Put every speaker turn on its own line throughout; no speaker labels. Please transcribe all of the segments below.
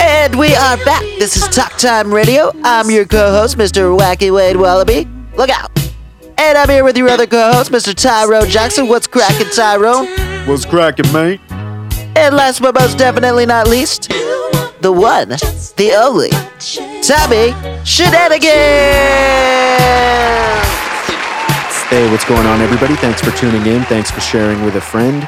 And we are back. This is Talk Time Radio. I'm your co host, Mr. Wacky Wade Wallaby. Look out. And I'm here with your other co host, Mr. Tyrone Jackson. What's cracking, Tyrone?
What's cracking, mate?
And last but most definitely not least, the one, the only, Tommy Shenanigans!
Hey, what's going on, everybody? Thanks for tuning in. Thanks for sharing with a friend.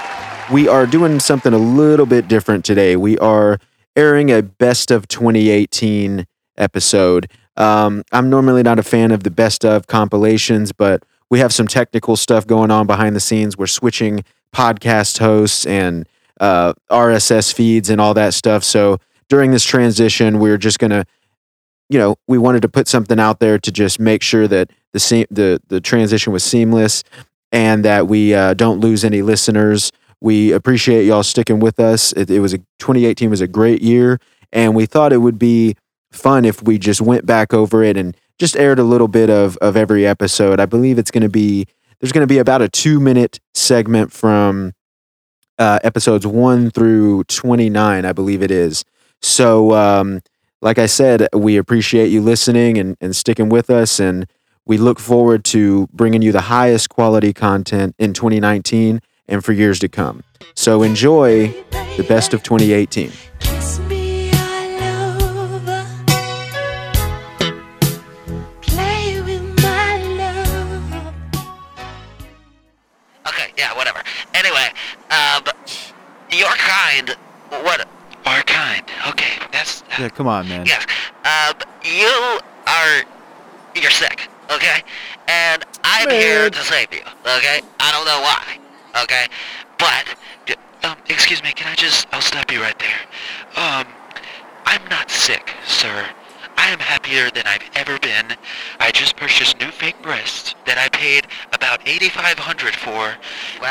We are doing something a little bit different today. We are airing a best of 2018 episode. Um, I'm normally not a fan of the best of compilations, but we have some technical stuff going on behind the scenes. We're switching podcast hosts and uh, RSS feeds and all that stuff. So during this transition, we're just going to you know, we wanted to put something out there to just make sure that the se- the the transition was seamless and that we uh, don't lose any listeners. We appreciate y'all sticking with us. It, it was a 2018 was a great year, and we thought it would be fun if we just went back over it and just aired a little bit of of every episode. I believe it's going to be there's going to be about a two minute segment from uh, episodes one through 29, I believe it is. So. Um, like I said, we appreciate you listening and, and sticking with us. And we look forward to bringing you the highest quality content in 2019 and for years to come. So enjoy the best of 2018.
Kiss me all over. Play with my love.
Okay, yeah, whatever. Anyway, um, your kind. What? Our kind. Okay, that's.
Yeah, come on, man.
Yes. Um, you are. You're sick, okay? And I'm here to save you, okay? I don't know why, okay? But. Um, excuse me, can I just. I'll stop you right there. Um, I'm not sick, sir. I am happier than I've ever been. I just purchased new fake breasts that I paid about 8500 for. Well,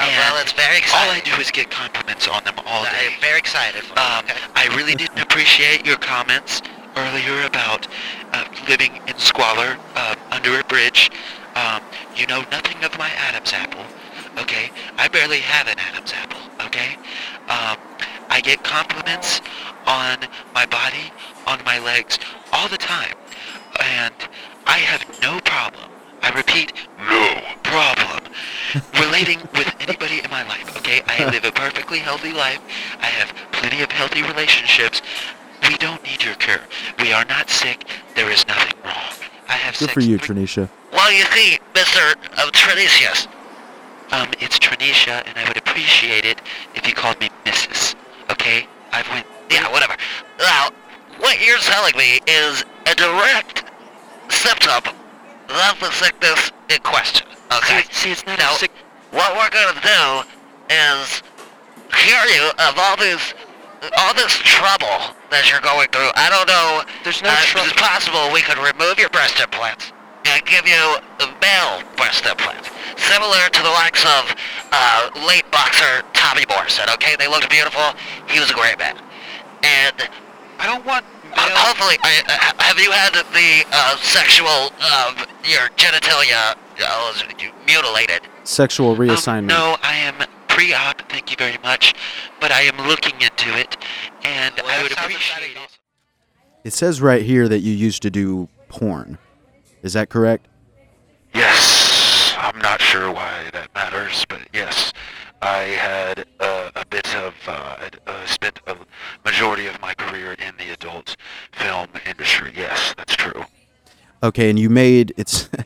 well, it's very
All I
exciting.
do is get compliments on them all day.
I'm very excited. For
Um,
okay.
I really didn't appreciate your comments earlier about uh, living in squalor uh, under a bridge. Um, you know nothing of my Adam's apple, okay? I barely have an Adam's apple, okay? Um, I get compliments on my body, on my legs, all the time. And I have no problem. I repeat, no problem relating with anybody in my life, okay? I live a perfectly healthy life. I have plenty of healthy relationships. We don't need your cure. We are not sick. There is nothing wrong. I have
Good
sex
for you,
three-
Tranisha.
well, you see, Mr. Uh, Trenesius. Um, it's Trenesia, and I would appreciate it if you called me Mrs. Okay? I've went...
yeah, whatever. Now, what you're telling me is a direct symptom of the sickness in question. Okay.
See, see, it's not
Now,
a sick...
what we're gonna do is cure you of all these, all this trouble that you're going through. I don't know.
There's no
uh,
trouble.
It's possible we could remove your breast implants and give you male breast implants, similar to the likes of uh, late boxer Tommy Morrison. Okay, they looked beautiful. He was a great man, and
I don't want...
uh, hopefully, I, uh, have you had the uh, sexual um, your genitalia uh, mutilated?
Sexual
Um,
reassignment.
no, I am pre-op, thank you very much, but I am looking into it, and
that
I would
sounds
appreciate
exciting
it.
also.
It says right here that you used to do porn. Is that correct?
Yes, I'm not sure why that matters, but yes, I had uh, a bit of uh, I'd, uh, spent a majority of my career in the adult film industry. Yes, that's true.
Okay, and you made it's. this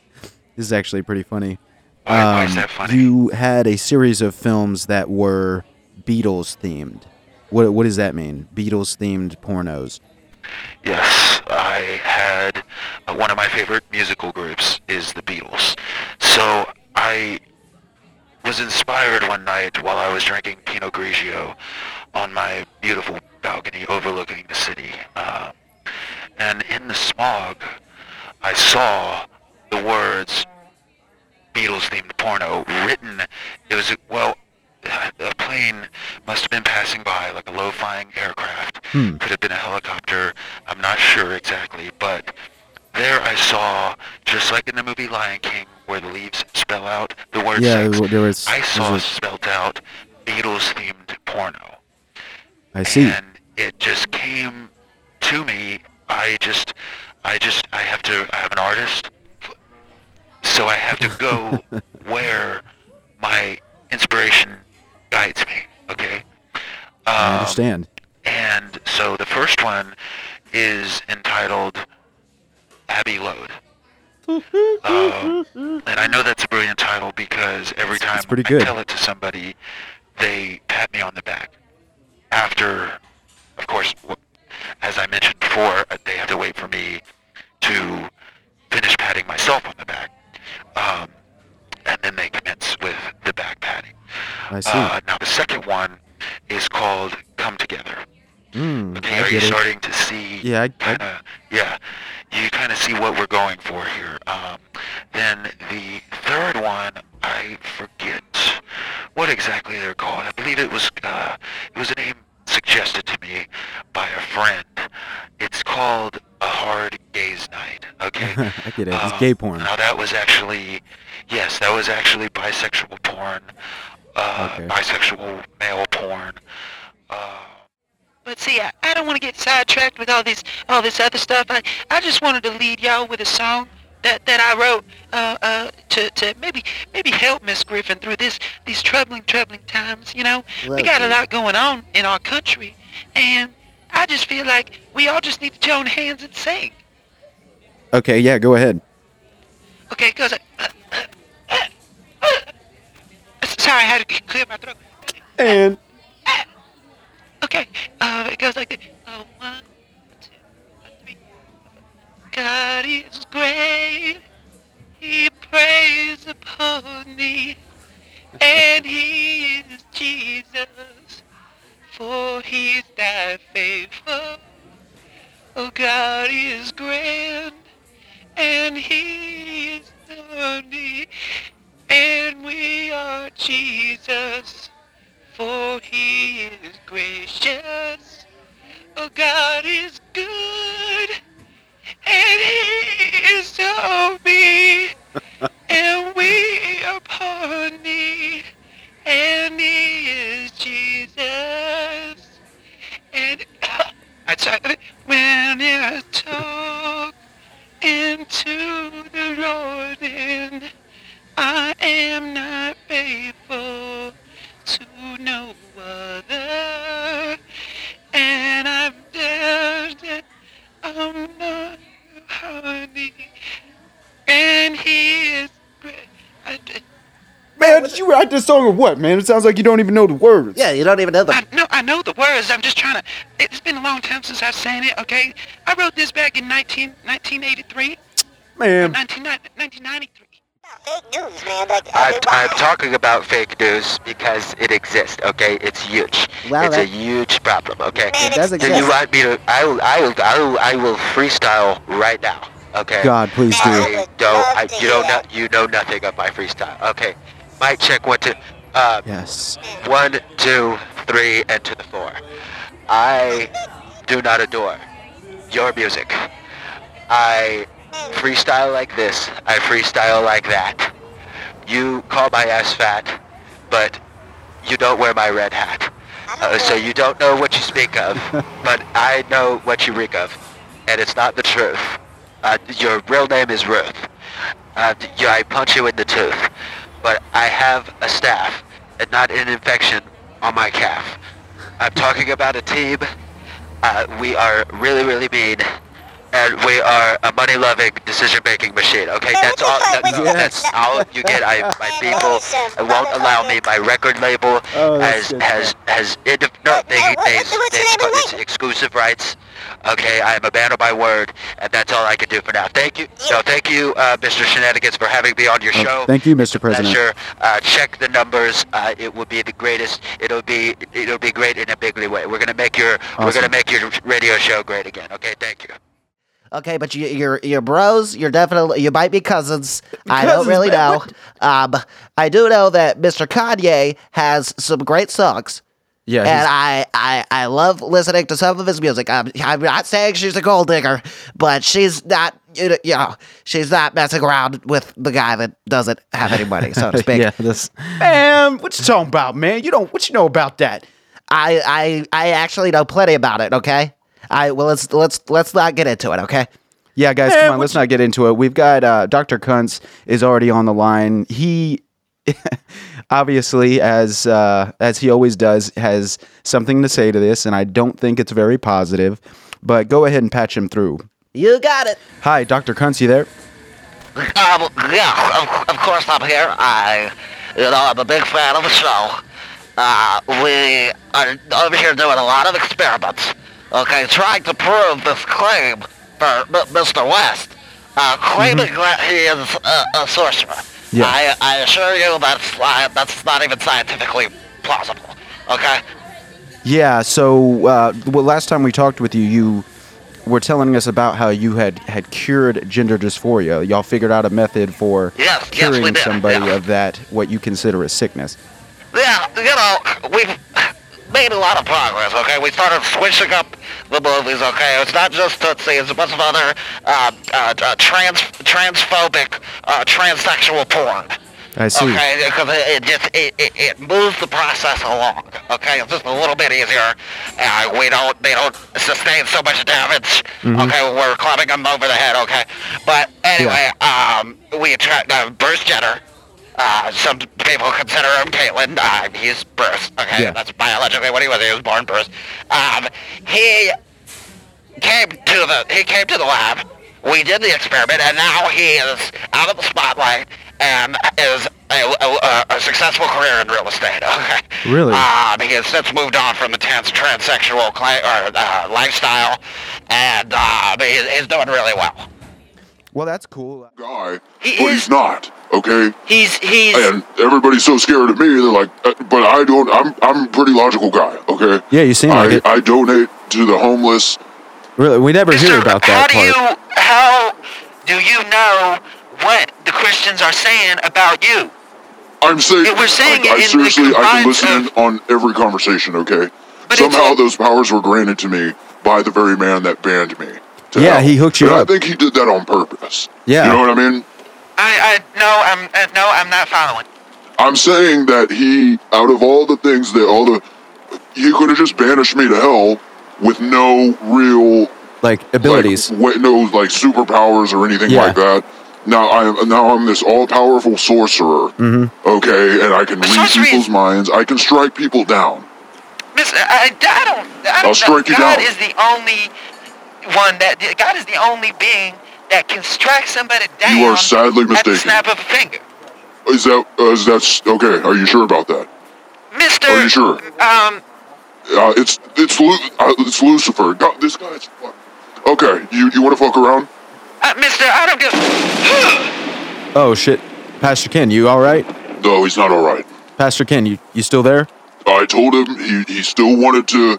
is actually pretty funny. Um,
Why, why is that funny?
You had a series of films that were Beatles themed. What what does that mean? Beatles themed pornos.
Yes, I had uh, one of my favorite musical groups is the Beatles. So I was inspired one night while I was drinking Pinot Grigio on my beautiful balcony overlooking the city. Uh, and in the smog, I saw the words Beatles themed porno written. It was, well, a plane must have been passing by, like a low flying aircraft.
Hmm.
Could have been a helicopter. I'm not sure exactly, but there I saw, just like in the movie Lion King, where the leaves spell out the word
Yeah,
sex.
there was-
I
there
saw
was-
spelled out Beatles themed porno.
I see.
And it just came to me. I just, I just, I have to. I'm an artist, so I have to go where my inspiration guides me. Okay.
I
Um,
understand.
and so the first one is entitled Abbey Load. Uh, and I know that's a brilliant title because every time
pretty
I
good.
tell it to somebody, they pat me on the back. After, of course, w- as I mentioned before, uh, they have to wait for me to finish patting myself on the back. Um, and then they commence with the back patting.
I see.
Uh, now, the second one is called Come Together.
Mm,
Okay,
I
are you
get it.
starting to see? uh,
Yeah, I- I-
kind of. Yeah, you kind of see what we're going for here. Um, then the third one, I forget what exactly they're called. I believe it was uh, it was a name suggested to me by a friend. It's called a hard gaze night. Okay.
I get it. It's
Uh,
gay porn.
Now that was actually, yes, that was actually bisexual porn, uh,
Okay.
bisexual male porn. Uh,
But see, I, I don't want to get sidetracked with all this all this other stuff. I, I just wanted to lead y'all with a song that, that I wrote uh, uh, to, to maybe maybe help Miss Griffin through this these troubling troubling times. You know, we got a lot going on in our country, and I just feel like we all just need to join hands and sing.
Okay, yeah, go ahead.
Okay, cause I, sorry, I had to clear my throat.
And
Okay, uh, it goes like this. Uh, one, two, three. God is great. He prays upon me. And he is Jesus. For he's thy faithful. Oh, God is grand. And he is holy. And we are Jesus. For he is gracious. Oh, God is good. And he is so me. and we are upon thee. And he is Jesus. And I talk,
uh,
when I talk into the Lord, and I am not faithful to no other, and I've judged that I'm not honey, and He is great. I,
Man, did you write this song or what, man? It sounds like you don't even know the words.
Yeah, you don't even know them.
I know, I know the words. I'm just trying to. It's been a long time since I've sang it. Okay, I wrote this back in 19, 1983,
Man,
19, 1993.
I'm, I'm talking about fake news because it exists. Okay, it's huge.
Well,
it's a
that-
huge problem. Okay.
it does
Do you
exist.
want me to? I will. I will. I will. I will freestyle right now. Okay.
God, please do.
I don't. I, you don't know. You know nothing of my freestyle. Okay. Mic check. One, two. Uh,
Yes.
one, two, three, and to the floor. I do not adore your music. I freestyle like this. I freestyle like that. You call my ass fat, but you don't wear my red hat. Uh, so you don't know what you speak of, but I know what you reek of, and it's not the truth. Uh, your real name is Ruth. Uh, you, I punch you in the tooth, but I have a staff and not an infection on my calf. I'm talking about a team. Uh, we are really, really mean, and we are a money-loving decision-making machine. Okay, that's all. that- That's all you get. I, my people won't allow me. My record label
Oh, that's
has
good.
has has it, no, they, they, they, it's exclusive rights. Okay, I am a man of my word, and that's all I can do for now. Thank you. No, thank you, uh, Mr. Shenanigans, for having me on your
Oh,
show.
thank you, Mr. President.
Pleasure. Uh, check the numbers. Uh, it will be the greatest. It'll be it'll be great in a bigly way. We're gonna make your we're
Awesome.
gonna make your radio show great again. Okay, thank you.
Okay, but you, you're you're bros. You're definitely you might be cousins. I don't
Cousins,
really
man,
know. Um, I do know that Mr. Kanye has some great songs.
yeah,
and
he's-
I, I, I love listening to some of his music. I'm, I'm not saying she's a gold digger, but she's not, you know, you know, she's not messing around with the guy that doesn't have any money, so to speak.
yeah, this
Man, what you talking about, man? You don't. What you know about that?
I, I, I actually know plenty about it. Okay, I well, let's let's let's not get into it. Okay.
Yeah, guys, come on. Let's not get into it. We've got uh, Dr. Kuntz is already on the line. He obviously, as uh, as he always does, has something to say to this, and I don't think it's very positive. But go ahead and patch him through.
You got it.
Hi, Dr. Kuntz, you there?
Um, yeah, of, of course I'm here. I, you know, I'm a big fan of the show. Uh, we are over here doing a lot of experiments, okay, trying to prove this claim for M- Mr. West, uh, claiming that he is a, a sorcerer.
Yeah.
I, I assure you that's, uh, that's not even scientifically plausible, okay?
Yeah. So, uh, well, last time we talked with you, you were telling us about how you had had cured gender dysphoria. Y'all figured out a method for
Yes, yes, we
curing
did,
somebody
yeah.
of that what you consider a sickness.
Yeah, you know, we've made a lot of progress, okay? We started switching up the movies, okay? It's not just Tootsie, it's a bunch of other uh, uh, uh, trans transphobic, uh, transsexual porn.
I see.
Okay, because it, it just it, it, it moves the process along. Okay, it's just a little bit easier. Uh, we don't they don't sustain so much damage.
Mm-hmm.
Okay, we're clubbing them over the head. Okay, but anyway, um, we attract uh, Bruce Jenner. Uh, some people consider him Caitlyn. Uh, he's Bruce. Okay,
Yeah.
that's biologically what he was. He was born Bruce. Um, he came to the he came to the lab. We did the experiment, and now he is out of the spotlight and is a, a, a successful career in real estate. Okay.
Really?
Um, he has since moved on from the trans transsexual cli- or, uh, lifestyle, and uh, he, he's doing really well.
Well, that's cool.
guy,
He
but
is-
he's not. Okay,
He's he's
and everybody's so scared of me. They're like, uh, but I don't. I'm I'm a pretty logical guy. Okay.
Yeah, you seem
I,
like it.
I donate to the homeless.
Really, we never hear
Sir,
about
How
that
do
part.
you how do you know what the Christians are saying about you?
I'm saying.
Yeah, we're saying
I,
it in
I
the
seriously, I
confines
can listen in
of-
on every conversation. Okay.
But it's
Somehow
a-
those powers were granted to me by the very man that banned me. to
Yeah,
hell.
he hooked you
And
up.
I think he did that on purpose.
Yeah.
You know what I mean?
I I no I'm uh, no I'm not following.
I'm saying that he, out of all the things that all the, he could have just banished me to hell with no real
Like abilities.
Like, wa- no, like superpowers or anything
Yeah.
like that. Now I am now I'm this all powerful sorcerer. Okay, and I can
But
read
sorcery is-
people's minds. I can strike people down.
Miss, I, I don't. I
I'll
don't know.
strike you
God
down.
is the only one that God is the only being that can strike somebody down.
You are sadly
At the
mistaken.
snap of a finger,
Is that uh, is that's okay? Are you sure about that?
Mister.
Are you sure?
Um,
Uh, it's it's Lu- uh, it's Lucifer. God, this guy's. fuck- Okay, you you want to fuck around?
uh, Mister, I don't give.
Oh shit, Pastor Ken, you all right?
No, he's not all right.
Pastor Ken, you, you still there?
I told him he, he still wanted to.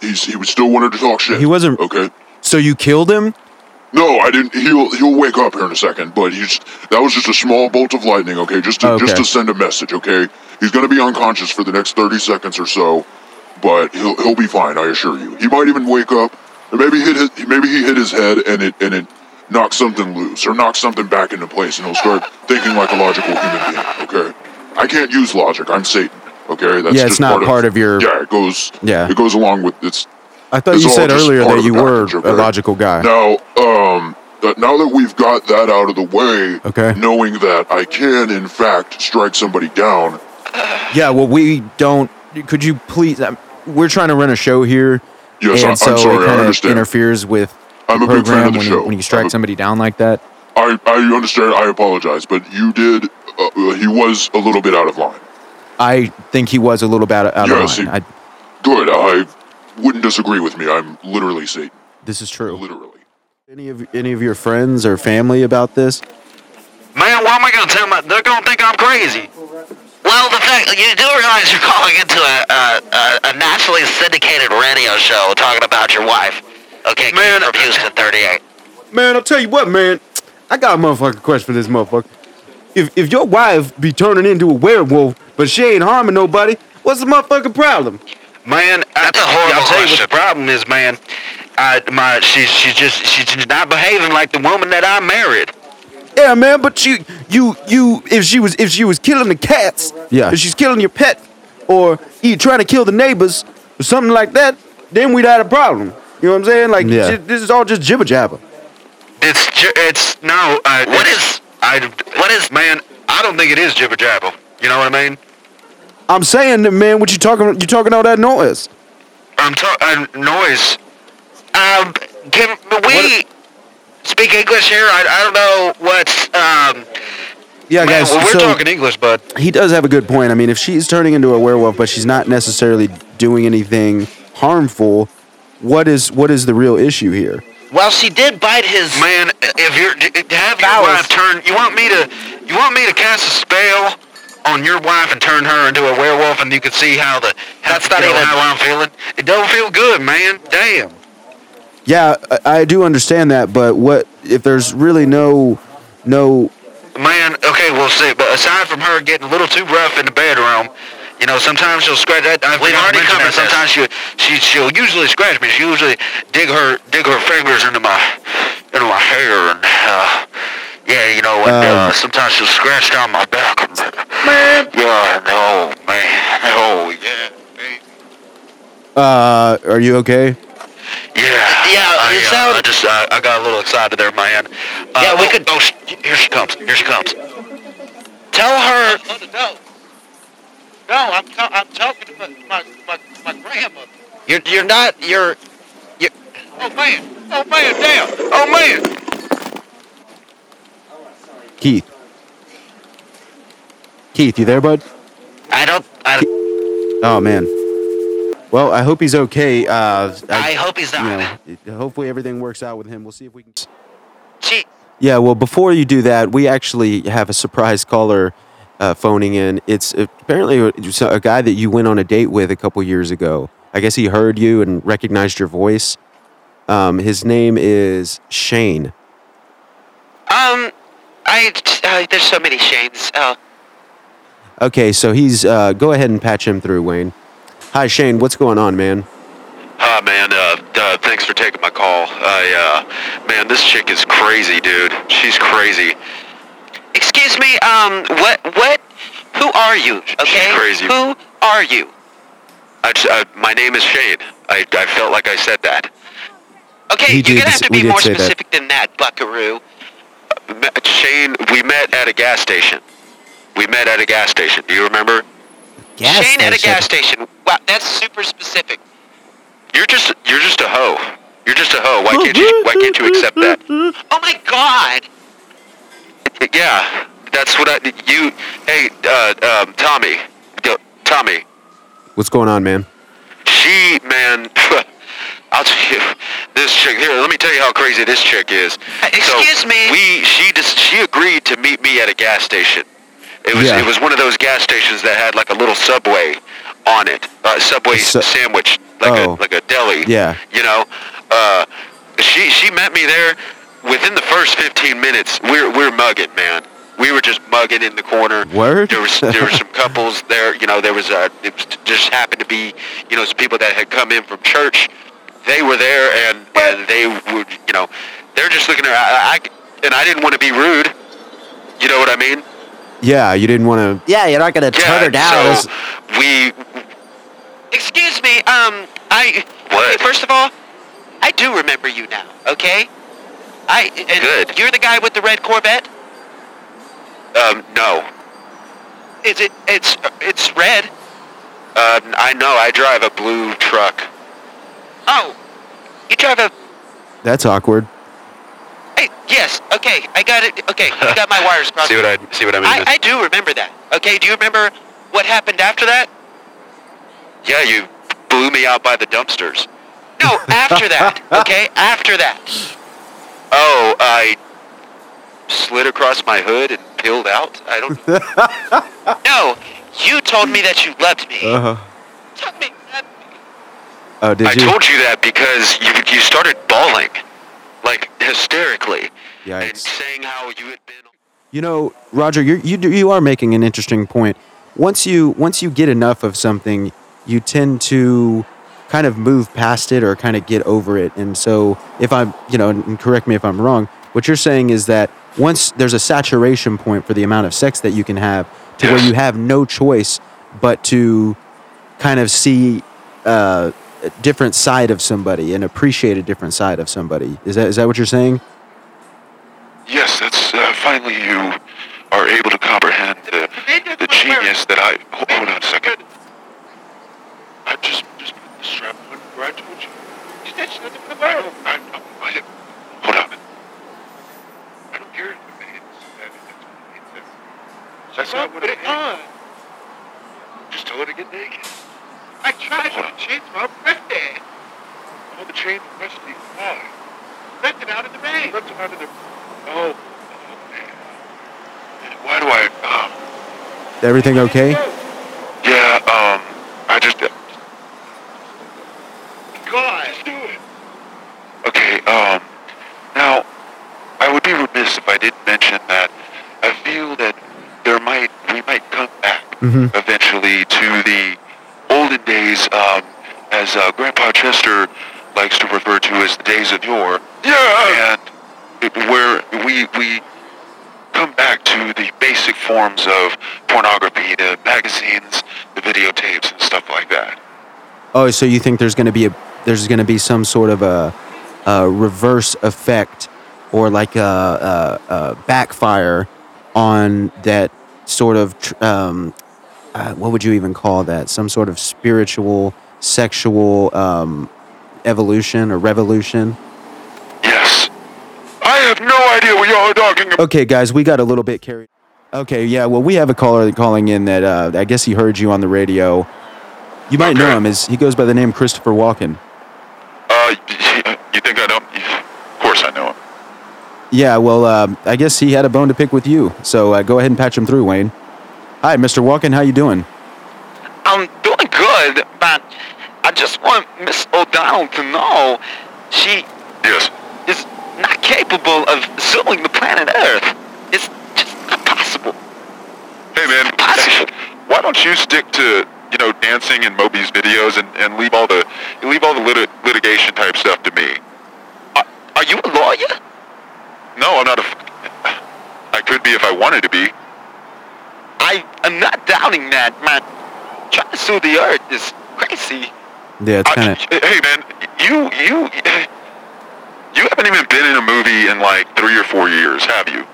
He's, he was still wanted to talk shit.
He wasn't-
okay.
So you killed him?
No, I didn't. He'll he'll wake up here in a second, but he's that was just a small bolt of lightning. Okay, just to, just
Okay.
to send a message. Okay, he's gonna be unconscious for the next thirty seconds or so, but he'll he'll be fine. I assure you. He might even wake up, or maybe hit his, maybe he hit his head and it and it knocked something loose or knocked something back into place, and he'll start thinking like a logical human being. Okay, I can't use logic. I'm Satan. Okay, that's
Yeah, it's
just
not
part of,
part of your-
Yeah, it goes.
Yeah.
it goes along with it's
I thought
It's
you
all
said
just
earlier
part
that
of the
you were
package, okay?
a logical guy.
Now, um, uh, now that we've got that out of the way,
Okay.
knowing that I can in fact strike somebody down,
Yeah, well, we don't. Could you please? um, We're trying to run a show here.
Yes, I-
and
I'm
so
sorry, I
it kind of
understand.
interferes with
I'm
the
a big fan
program
of the
when,
show.
You, when you
I'm
strike
a-
somebody down like that.
I I understand. I apologize, but you did. Uh, uh, he was a little bit out of line.
I think he was a little bit out, out
Yeah,
of
see-
line. I,
Good. I wouldn't disagree with me. I'm literally Satan.
this is true.
Literally.
Any of any of your friends or family about this?
Man, why am I gonna tell my? They're gonna think I'm crazy. Well, the fact you do realize you're calling into a a, a, a nationally syndicated radio show talking about your wife. Okay,
Man,
Keith from Houston 38.
Man, I'll tell you what, man. I got a motherfucking question for this motherfucker. If if your wife be turning into a werewolf, but she ain't harming nobody, what's the motherfucking problem?
Man,
That's a horrible
I'll tell you what
question.
the problem is, man. I, my, she's, she's just, she's not behaving like the woman that I married.
Yeah, man, but you, you, you. If she was, if she was killing the cats,
Yeah.
If she's killing your pet, or you trying to kill the neighbors, or something like that, then we'd had a problem.
You know what I'm saying? Like,
Yeah.
shit, this is all just jibber jabber.
It's ju- it's no. Uh,
What
it's-
is-
I
what is-
man? I don't think it is jibber jabber. You know what I mean?
I'm saying, that, man, what you talking? You talking all that noise?
I'm talking noise.
Um, can we speak English here? I, I don't know what's, um,
Yeah,
Man,
guys.
well, we're
so
talking English, bud.
he does have a good point. I mean, if she's turning into a werewolf, but she's not necessarily doing anything harmful, what is what is the real issue here?
well, she did bite his.
Man, if you're to have your
Bowels.
wife turn, you want me to, you want me to cast a spell on your wife and turn her into a werewolf, and you can see how the how,
That's not
you know,
even-
how I'm feeling. It don't feel good, man. Damn.
Yeah, I, I do understand that, but what if there's really no no
Man, okay, we'll see. But aside from her getting a little too rough in the bedroom, you know, sometimes she'll scratch that. I
We've
forgot to
already
mention
covered
that. Sometimes she, she she'll usually scratch me. She usually dig her dig her fingers into my into my hair and uh, yeah, you know. And, uh,
Um,
sometimes she'll scratch down my back.
man?
Yeah, no, man, no, yeah,
Uh, are you okay?
yeah,
Yeah,
I,
it
uh,
sound-
I just I, I got a little excited there, man. Uh,
Yeah, we
oh,
could-
Oh, sh- here she comes. Here she comes.
Tell her.
No, no, I'm, ta- I'm talking to my, my, my, my grandmother.
You're, you're not. You're.
Oh man, oh man, damn, oh man.
Keith. Keith, you there, bud?
I don't. I,
Oh man. Well, I hope he's okay. Uh,
I hope he's not.
you know, hopefully everything works out with him. We'll see if we can.
She.
Yeah, well, before you do that, we actually have a surprise caller uh, phoning in. It's uh, apparently a, a guy that you went on a date with a couple years ago. I guess he heard you and recognized your voice. Um, his name is Shane.
Um, I. Uh, there's so many Shanes. Oh,
Okay, so he's. Uh, go ahead and patch him through, Wayne. Hi, Shane. What's going on, man?
Hi, man. Uh, uh, thanks for taking my call. I, uh, man, this chick is crazy, dude. She's crazy.
excuse me. Um, what? What? Who are you? Okay.
crazy.
Who are you?
I, j- I- my name is Shane. I, I felt like I said that.
Okay,
He
you're
did
gonna have
s-
to
we
be
did
more
say that.
specific than that, Buckaroo.
Me- Shane, we met at a gas station. We met at a gas station. Do you remember?
Shane at a gas station. Wow, that's super specific.
You're just you're just a hoe. You're just a hoe. Why can't you Why can't you accept that?
Oh my God.
Yeah, that's what I you. Hey, uh, um, Tommy, Yo, Tommy.
What's going on, man?
She, man, I'll tell you, this chick here. Let me tell you how crazy this chick is.
Uh, excuse me?
We, she just, she agreed to meet me at a gas station. It was,
Yeah.
it was one of those gas stations that had like a little subway on it, uh, subway
Su-
sandwich, like
Oh.
a, like a deli.
Yeah.
You know, uh, she, she met me there. Within the first 15 minutes, we're, we're mugging, man. We were just mugging in the corner.
Word?
There was there were some couples there. You know, there was uh, it was just happened to be you know some people that had come in from church. They were there, and and they would you know they're just looking at I, I and I didn't want to be rude. You know what I mean?
Yeah, you didn't want to.
Yeah, you're not gonna turn her down.
So we
Excuse me. Um, I.
What?
Okay, first of all, I do remember you now. Okay. I. And
Good.
You're the guy with the red Corvette.
um no.
Is it? It's. It's red.
Um, I know I drive a blue truck.
Oh. You drive a.
That's awkward.
Hey. Yes. Okay. I got it. Okay. You got my wires crossed.
See what I see what I mean?
I, I do remember that. Okay. Do you remember what happened after that?
yeah, you blew me out by the dumpsters.
No. After that. Okay. After that.
Oh, I slid across my hood and peeled out. I don't.
No. You told me that you loved me.
Uh-huh.
Told me you loved me.
Oh, did
I
you?
told you that because you you started bawling, like hysterically, and
Yikes.
saying how you had been.
You know, Roger, you're, you do- you are making an interesting point. Once you once you get enough of something, you tend to kind of move past it or kind of get over it. And so, if I'm, you know, and correct me if I'm wrong, what you're saying is that once there's a saturation point for the amount of sex that you can have, to where you have no choice but to kind of see uh, a different side of somebody and appreciate a different side of somebody. Is that is that what you're saying?
Yes, that's uh, finally you are able to comprehend the, the genius that I. Hold, hold on a second. I just just put the strap on right towards you. I, I, I, hold on. I don't hear it. It's, it's, it's, that's not what it is. Just tell her to get naked. I tried to change my birthday. Oh, the uh, chain rusty. Why? Left it out in the rain. Left it out in the. Oh. oh man. Why do I? Um,
Everything okay?
yeah. Um. I just. God. Just do it. Okay. Um. Now, I would be remiss if I didn't mention that I feel that there might we might come back
Mm-hmm.
eventually to the olden days, um, as uh, Grandpa Chester likes to refer to as the days of yore. Yeah. And it- where we we come back to the basic forms of pornography, the magazines, the videotapes, and stuff like that.
Oh, so you think there's going to be a there's going to be some sort of a, a reverse effect or like a, a, a backfire on that sort of tr- um, uh, what would you even call that? Some sort of spiritual, sexual um, evolution or revolution?
Yes. I have no idea what y'all are talking about.
Okay, guys, we got a little bit carried. Okay, yeah. Well, we have a caller calling in that uh, I guess he heard you on the radio. You might know him. As he goes by the name Christopher Walken.
Uh, you think I don't? Of course I know him.
Yeah, well, um, I guess he had a bone to pick with you. So uh, go ahead and patch him through, Wayne. Hi, Mr. Walken. How you doing?
I'm doing good, but I just want Miss O'Donnell to know she
Yes.
is not capable of sealing the planet Earth. It's just not possible.
Hey man,
Possible.
why don't you stick to you know dancing and Moby's videos and, and leave all the leave all the lit- litigation type stuff to me?
Are, are you a lawyer?
No, I'm not a. F- I could be if I wanted to be.
I am not doubting that, man. Trying to sue the Earth is crazy.
Yeah, it's
I-
kind of
hey man, you you you haven't even been in a movie in like three or four years, have you?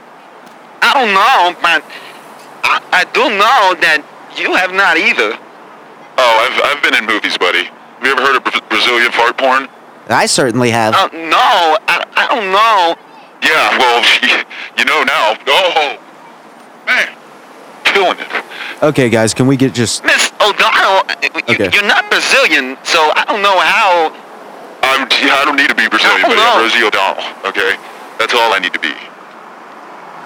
I don't know, but Oh, I, I do know that you have not either.
Oh, I've I've been in movies, buddy. Have you ever heard of Bra- Brazilian fart porn?
I certainly have.
Uh, no, I, I don't know.
Yeah, well, you know now. Oh, man, killing it.
okay, guys. Can we get just
Miss O'Donnell, y-
Okay.
you're not Brazilian, so I don't know how.
I'm, yeah, I don't need to be Brazilian,
No,
but I'm
no.
Rosie O'Donnell, okay? That's all I need to be.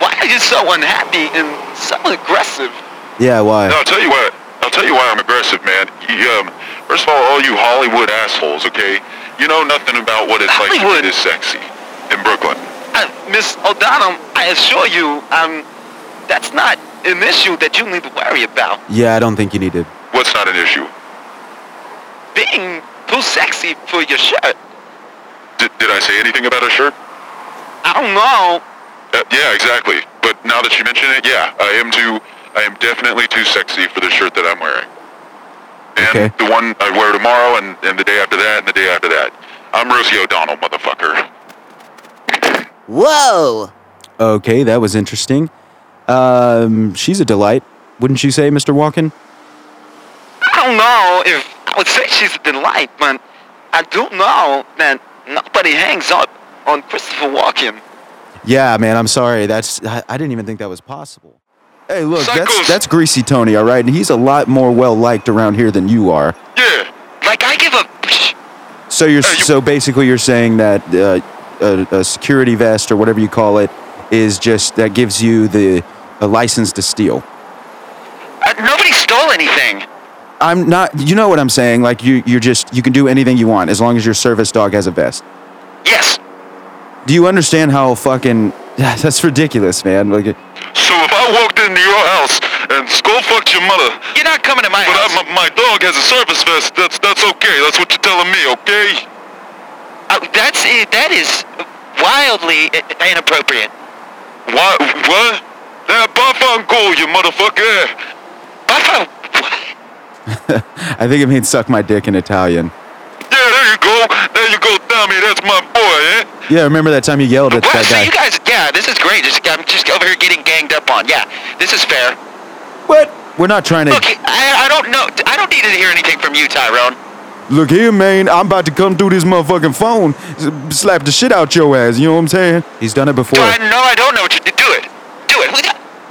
Why are you so unhappy and so aggressive?
yeah? Why?
No, I'll tell you what. I'll tell you why I'm aggressive, man. You, um, first of all, all you Hollywood assholes, okay? You know nothing about what it's like to
Hollywood?
be this sexy in Brooklyn.
Uh, Miss O'Donnell, I assure you, um, that's not an issue that you need to worry about.
Yeah, I don't think you need to.
What's not an issue?
Being too sexy for your shirt.
Did did I say anything about a shirt?
I don't know.
Uh, yeah, exactly. But now that you mention it, yeah, I am too. I am definitely too sexy for the shirt that I'm wearing, and
Okay.
the one I wear tomorrow, and, and the day after that, and the day after that. I'm Rosie O'Donnell, motherfucker.
Whoa!
Okay, that was interesting. Um, she's a delight, wouldn't you say, Mr. Walken?
I don't know if I would say she's a delight, but I do know that nobody hangs up on Christopher Walken.
Yeah, man. I'm sorry. That's I, I didn't even think that was possible. Hey, look, that's
Psychos.
that's Greasy Tony, all right, and he's a lot more well liked around here than you are.
Yeah.
Like I give a
So you're
Hey, you-
so basically you're saying that uh, a, a security vest or whatever you call it is just that gives you the a license to steal.
uh, nobody stole anything.
I'm not. You know what I'm saying? Like you, you're just you can do anything you want as long as your service dog has a vest.
Yes,
Do you understand how fucking? That's ridiculous, man. Like,
So if I walked into your house and skull fucked your mother,
you're not coming to my
but I,
house.
my, my dog has a service vest, that's that's okay. That's what you're telling me, okay?
Oh,
Uh, that's it. That is wildly i- inappropriate.
Why? What? That buff on goal, you motherfucker.
Buffo, what?
I think it means suck my dick in Italian.
yeah, there you go. There you go, dummy. That's my boy, eh?
Yeah, remember that time you yelled at
Well,
that
so
guy?
you guys, yeah, this is great. Just,
um,
I'm just over here getting ganged up on. Yeah, this is fair.
What? We're not trying to.
Look, I, I don't know. I don't need to hear anything from you, Tyrone.
Look here, man. I'm about to come through this motherfucking phone, s- slap the shit out your ass. You know what I'm saying? He's done it before.
I know I don't know what you do. Do it. Do it.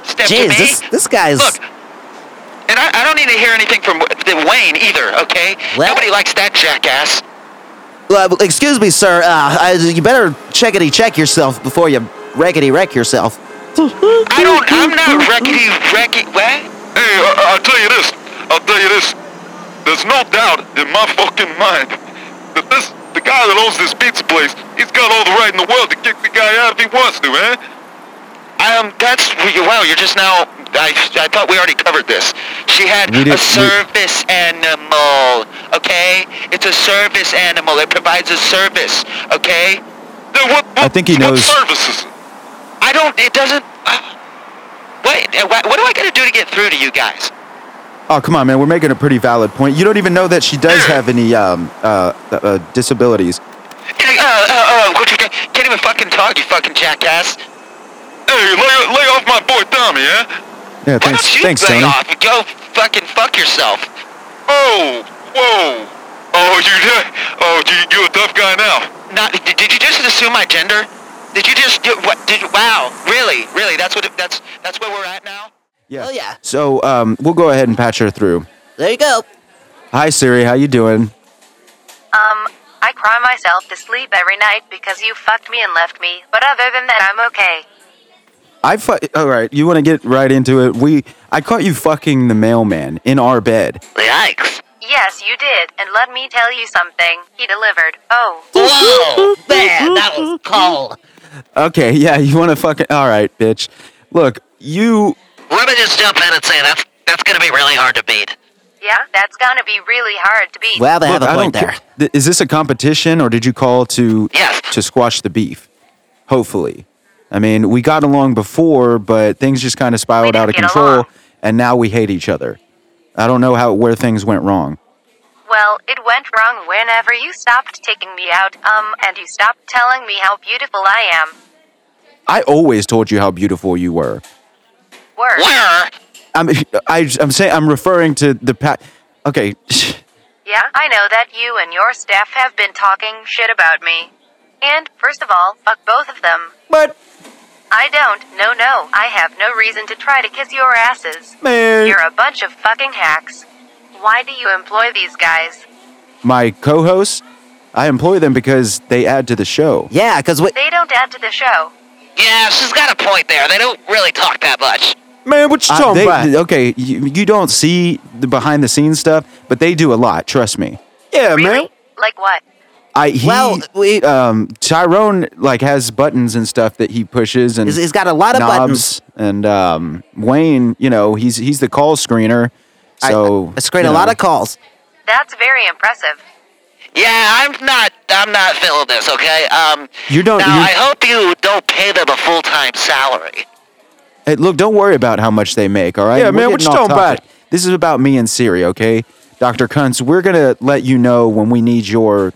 Step to
Jeez,
me.
this this guy's
Look, and I, I don't need to hear anything from Wa- Wayne either, okay?
What?
Nobody likes that jackass.
Uh, excuse me, sir. Uh, I, you better checkity check yourself before you wreckity wreck yourself.
I don't, I'm not wreckety, wrecky, what?
Hey, I, I'll tell you this. I'll tell you this. There's no doubt in my fucking mind that this, the guy that owns this pizza place, he's got all the right in the world to kick the guy out if he wants to, eh?
I um, that's wow. You're just now. I, I thought we already covered this. She had
We did- we-
a service animal. Okay, it's a service animal. It provides a service. Okay,
Then what, what,
I think he knows.
What services?
I don't. It doesn't. Uh, what, uh, what? What do I gotta do to get through to you guys?
Oh, come on, man. We're making a pretty valid point. You don't even know that she does have any um, uh, uh, uh, disabilities.
Uh, uh, uh, what you ca- can't even fucking talk, you fucking jackass.
Hey, lay, lay off my boy Tommy, eh?
Yeah,
Why
thanks,
don't you
thanks,
lay
Tony.
off? Go fucking fuck yourself.
Oh, whoa. Oh, you, oh, you, you a tough guy now.
Not. Did, did you just assume my gender? Did you just do what? Did wow? Really? Really? That's what. it- That's that's where we're at now.
Yeah.
Oh yeah,
So um, we'll go ahead and patch her through.
there you go.
Hi, Siri. How you doing?
Um, I cry myself to sleep every night because you fucked me and left me, but other than that, I'm okay.
I fu- all right. You want to get right into it? We I caught you fucking the mailman in our bed.
Yikes.
Yes, you did, and let me tell you something. He delivered. Oh.
Whoa! Man, that was cold.
Okay, yeah. You want to fucking all right, bitch. Look, you
Let me just jump in and say that's that's gonna be really hard to beat.
Yeah, that's gonna be really hard to beat.
Well, they
look,
have a
I
point
don't
there.
care. Th- Is this a competition or did you call to
Yes.
to squash the beef? Hopefully. I mean, we got along before, but things just kind of spiraled
did
out of
get
control,
along.
and now we hate each other. I don't know how where things went wrong.
Well, it went wrong whenever you stopped taking me out, um, and you stopped telling me how beautiful I am.
I always told you how beautiful you were.
Worse.
Where?
I'm I, I'm saying I'm referring to the pat. Okay,
Yeah, I know that you and your staff have been talking shit about me. And, first of all, fuck both of them.
but
I don't, no, no, I have no reason to try to kiss your asses.
man,
You're a bunch of fucking hacks. Why do you employ these guys?
my co-hosts, I employ them because they add to the show.
Yeah, because we.
They don't add to the show.
Yeah, she's got a point there. They don't really talk that much.
Man, what
Uh,
you
I-
talking
they-
about?
okay, you, you don't see the behind the scenes stuff, but they do a lot. Trust me.
yeah, man.
Really? Like what?
I he,
Well, we-
um, Tyrone like has buttons and stuff that he pushes and
He's- he's got a lot of
knobs, and um, Wayne, you know, he's he's the call screener.
I-
So
I screen
you
a lot
know.
of calls.
That's very impressive.
Yeah, I'm not. I'm not feeling this. Okay. Um.
You don't-
Now
you-
I hope you don't pay them a full time salary.
Hey, look, don't worry about how much they make, all right?
Yeah, man, what
getting
you
off
talking about?
topic. This is about me and Siri, okay? Dr. Kuntz, we're going to let you know when we need your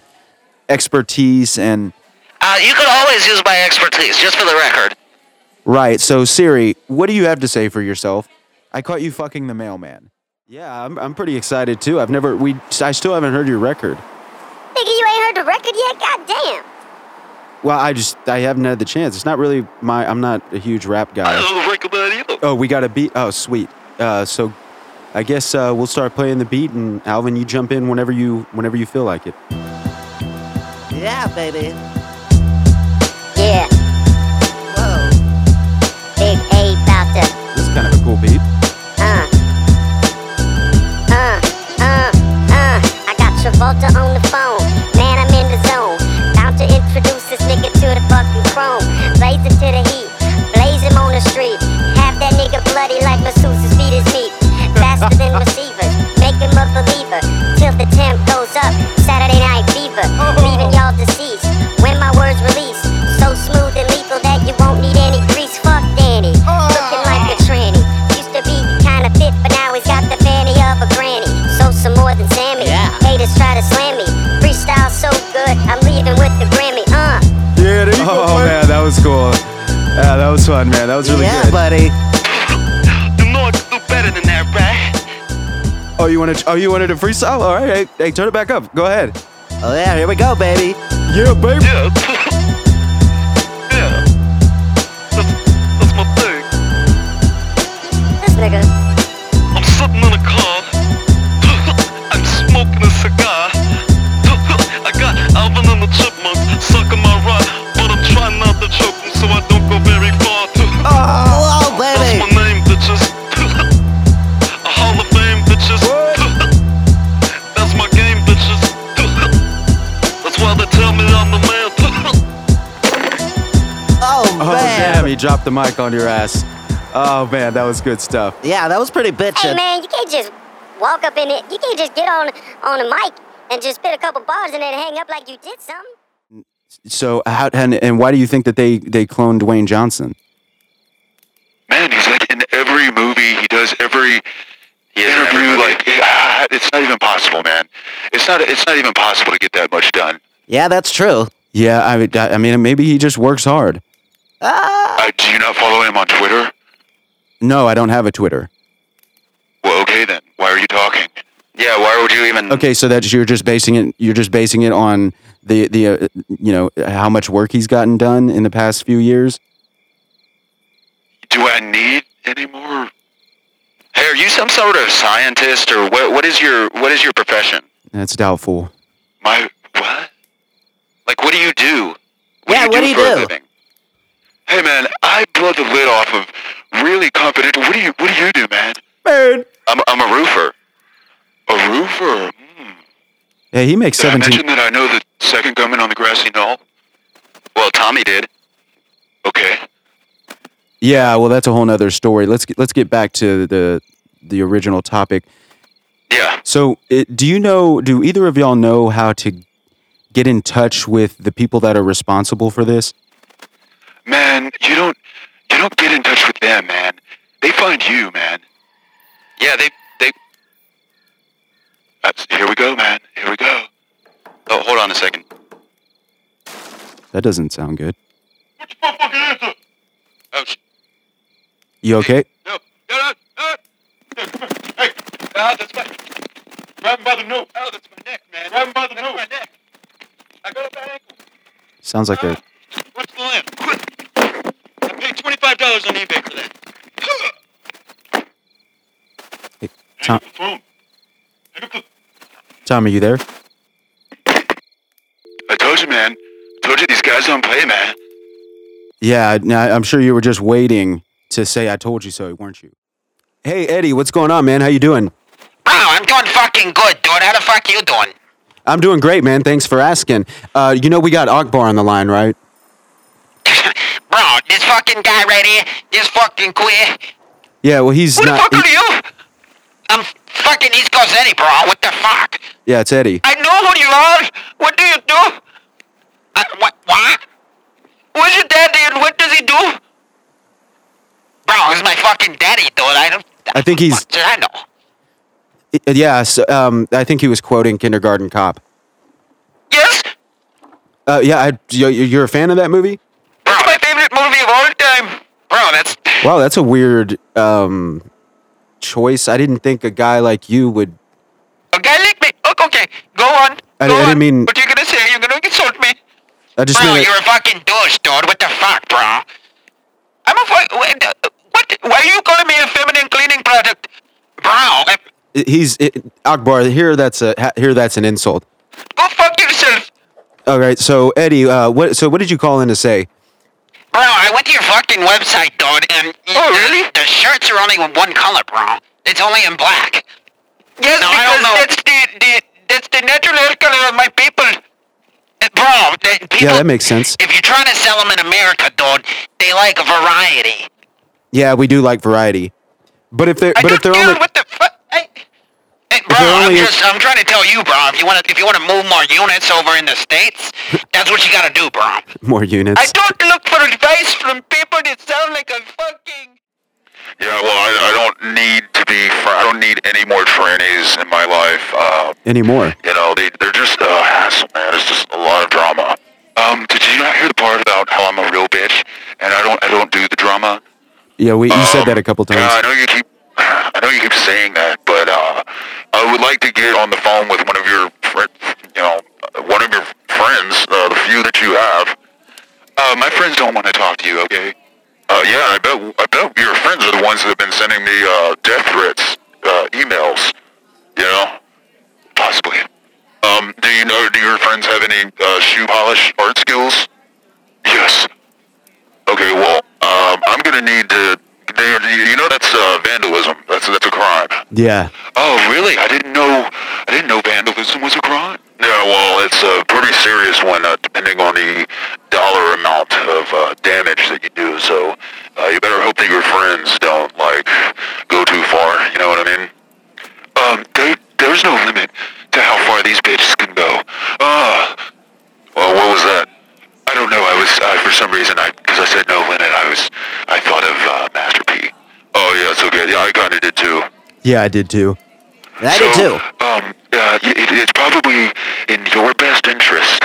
expertise and.
Uh, you could always use my expertise, just for the record.
Right, so Siri, what do you have to say for yourself? I caught you fucking the mailman. Yeah, I'm, I'm pretty excited too. I've never, we, I still haven't heard your record.
Nigga, you ain't heard the record yet? God damn.
Well, I just, I haven't had the chance. It's not really my, I'm not a huge rap guy.
don't recommend either.
Oh, we got a beat. Oh, sweet. Uh, so I guess uh, we'll start playing the beat and Alvin, you jump in whenever you, whenever you feel like it.
Yeah, baby.
Yeah,
Whoa.
Big A bout to,
This is kind of a cool beat.
uh. Uh, uh, uh. I got Travolta on the phone. Man, I'm in the zone. Bound to introduce this nigga to the fucking chrome. Blaze it to the heat. Blaze him on the street. Have that nigga bloody like masseuse's feet is meat. Faster than receivers. Make him a believer. Till the temp goes up. Saturday night fever. Leaving y'all deceased. When my words release. So smooth and lethal that you won't need any grease. Fuck Danny. Looking like a tranny. Used to be kinda fit, but now he's got the fanny of a granny. So some more than Sammy.
Yeah.
Haters try to slam me. Freestyle uh.
Oh man, that was cool. Yeah, that was fun, man. That was really
yeah,
good.
buddy.
You know I can do better than that, right?
Oh, you wanted? Oh, you wanted a freestyle? All right, hey, hey, turn it back up. Go ahead. Oh,
Oh yeah, here we go, baby.
Yeah, baby.
That's my thing.
This nigga.
I'm sitting in a car. I'm smoking a cigar. I got Alvin and the Chipmunks sucking my rod, but I'm trying not to choke 'em so I don't go very far.
Oh,
That's
baby.
my name, bitches. A Hall of Fame, bitches. That's my game, bitches. That's why they tell me I'm the man.
Oh,
Oh
man.
damn, he dropped the mic on your ass. Oh man, that was good stuff.
Yeah, that was pretty bitchin'.
Hey man, you can't just walk up in it. You can't just get on on the mic and just spit a couple bars and then hang up like you did something.
So how and, and why do you think that they they cloned Dwayne Johnson?
Man, he's like in every movie. He does every interview. like ah, it's not even possible, man.
It's not. It's not even possible to get that much done.
Yeah, that's true.
Yeah, I mean, I I mean, maybe he just works hard.
Ah.
Uh, do you not follow him on Twitter?
No, I don't have a Twitter.
Well, okay then. Why are you talking?
Yeah, why would you even?
Okay, so that you're just basing it. You're just basing it on the the uh, you know how much work he's gotten done in the past few years.
Do I need any more?
Hey, are you some sort of scientist or what? What is your what is your profession?
That's doubtful.
My what?
Like, what do you do?
yeah, what do you
for a
do?
living?
Hey man, I blow the lid off of really confidential. What do you What do you do, man?
Man.
I'm I'm a roofer.
A roofer.
Hey, he makes
Did I
seventeen.
mention that I know the second coming on the grassy knoll?
Well, Tommy did.
Okay.
Yeah, well, that's a whole nother story. Let's get, let's get back to the the original topic.
Yeah.
So, it, do you know? Do either of y'all know how to get in touch with the people that are responsible for this?
Man, you don't you don't get in touch with them, man. They find you, man.
Yeah, they they.
Uh, here we go, man. Here we go.
Oh, hold on a second.
That doesn't sound good.
Oh, sh-
You okay?
No, no, no, no. Hey, ah, that's my. Grab him by the note. Oh, that's my neck, man. Grab him by the that's My neck. I got a bad ankle.
Sounds like a
What's the limb? I paid twenty-five dollars on eBay for that.
Tom. Tom, are you there?
I told you, man. I told you these guys don't play, man.
Yeah, I- now, I'm sure you were just waiting to say "I told you so," weren't you? Hey, Eddie, what's going on, man? How you doing?
Bro, I'm doing fucking good, dude. How the fuck you doing?
I'm doing great, man. Thanks for asking. Uh, you know we got Akbar on the line, right?
Bro, this fucking guy right here, this fucking queer.
Yeah. Well, he's
Who the
not.
fuck are you? I'm fucking East Coast Eddie, bro. What the fuck?
yeah, it's Eddie.
I know who you are. What do you do? I, what? What? What's your daddy and what does he do? Bro, he's my fucking daddy, dude. I don't.
I think he's
What do I know?
Uh, Yeah, so, um, I think he was quoting Kindergarten Cop.
Yes,
Uh, yeah, I, you- you're a fan of that movie?
that's my favorite movie of all time. Bro, that's
Wow, that's a weird um, choice. I didn't think a guy like you would.
a guy like me. Oh, okay, go on.
I,
go
I
on.
didn't mean.
What you gonna say? You're gonna insult me?
I just
bro,
meant.
you're a fucking douche, dude. What the fuck, bro? I'm a fuck. What? what- Why are you calling me a feminine cleaning product, bro? I-
it- he's it, Akbar. Here, that's a ha- here, that's an insult.
Go fuck yourself,
All right, so Eddie, uh, what? So what did you call in to say?
bro. I went to your fucking website, dude, and oh really? The, shirts are only in one color, bro. It's only in black. Yes, no, I don't know. that's the, the that's the natural hair color of my people, Uh, bro. the people,
Yeah, that makes sense.
If you're trying to sell them in America, dude, they like variety.
Yeah, we do like variety, but if they're
I
but if
don't
they're
care
only
what the fuck. I, Hey, bro,
they're
I'm
only-
just I'm trying to tell you, bro. If you want to if you want to move more units over in the states, that's what you got to do, bro.
more
I
units,
don't look for advice from people that sound like a fucking.
Yeah, well, I, I don't need to be. Fr- I don't need any more trannies in my life. Uh,
anymore.
you know, they they're just a hassle, man. It's just a lot of drama. Um, did you not hear the part about how I'm a real bitch and I don't I don't do the drama?
Yeah, we, you said that a couple
Yeah, I
times.
know you keep I know you keep saying that, but uh, I would like to get on the phone with one of your fri you know, one of your friends, uh, the few that you have. Uh, my friends don't want to talk to you, okay? Uh, yeah, I bet I bet your friends are the ones that have been sending me uh, death threats uh, emails. You know, possibly. Um, do you know? Do your friends have any uh, shoe polish art skills? Yes. Okay. Well, um, I'm gonna need to. They, you know, that's uh, vandalism. That's that's a crime.
Yeah.
Oh, really? I didn't know. I didn't know vandalism was a crime. Yeah, well, it's a pretty serious one, uh, depending on the dollar amount of uh, damage that you do. So uh, you better hope that your friends don't like go too far. You know what I mean? Um, there, there's no limit to how far these bitches can go. Ah. well, what was that? I don't know. I was I, for some reason I because I said no limit. I was I thought of uh, Master P. Oh yeah, it's okay. Yeah, I kind of did too.
Yeah, I did too.
I did too.
Um, uh, it, it- it's probably in your best interest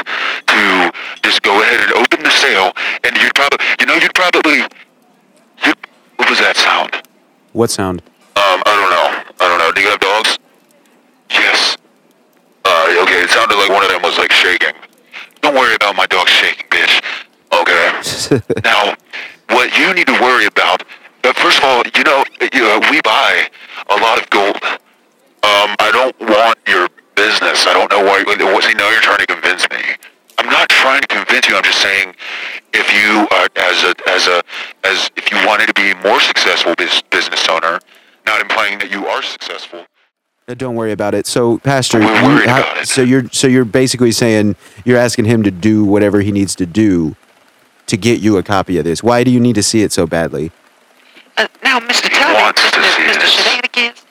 to just go ahead and open the sale, and you'd probably, you know, you'd probably, you what was that sound?
What sound?
Um, I don't know. I don't know. Do you have dogs? Yes. Uh, okay, it sounded like one of them was like shaking. Don't worry about my dog shaking, bitch. Okay. now, what you need to worry about, uh, first of all, you know, you, uh, we buy a lot of gold. Um, I don't want your business. I don't know why. What, see, now you're trying to convince me. I'm not trying to convince you. I'm just saying, if you are as a as a as if you wanted to be a more successful bus- business owner, not implying that you are successful.
Uh, Don't worry about it. So, Pastor,
We're
you-
worried
how-
about it.
so you're so you're basically saying you're asking him to do whatever he needs to do to get you a copy of this. Why do you need to see it so badly?
Uh, now, Mr. Tommy, Mr. Mr. Shenanigans,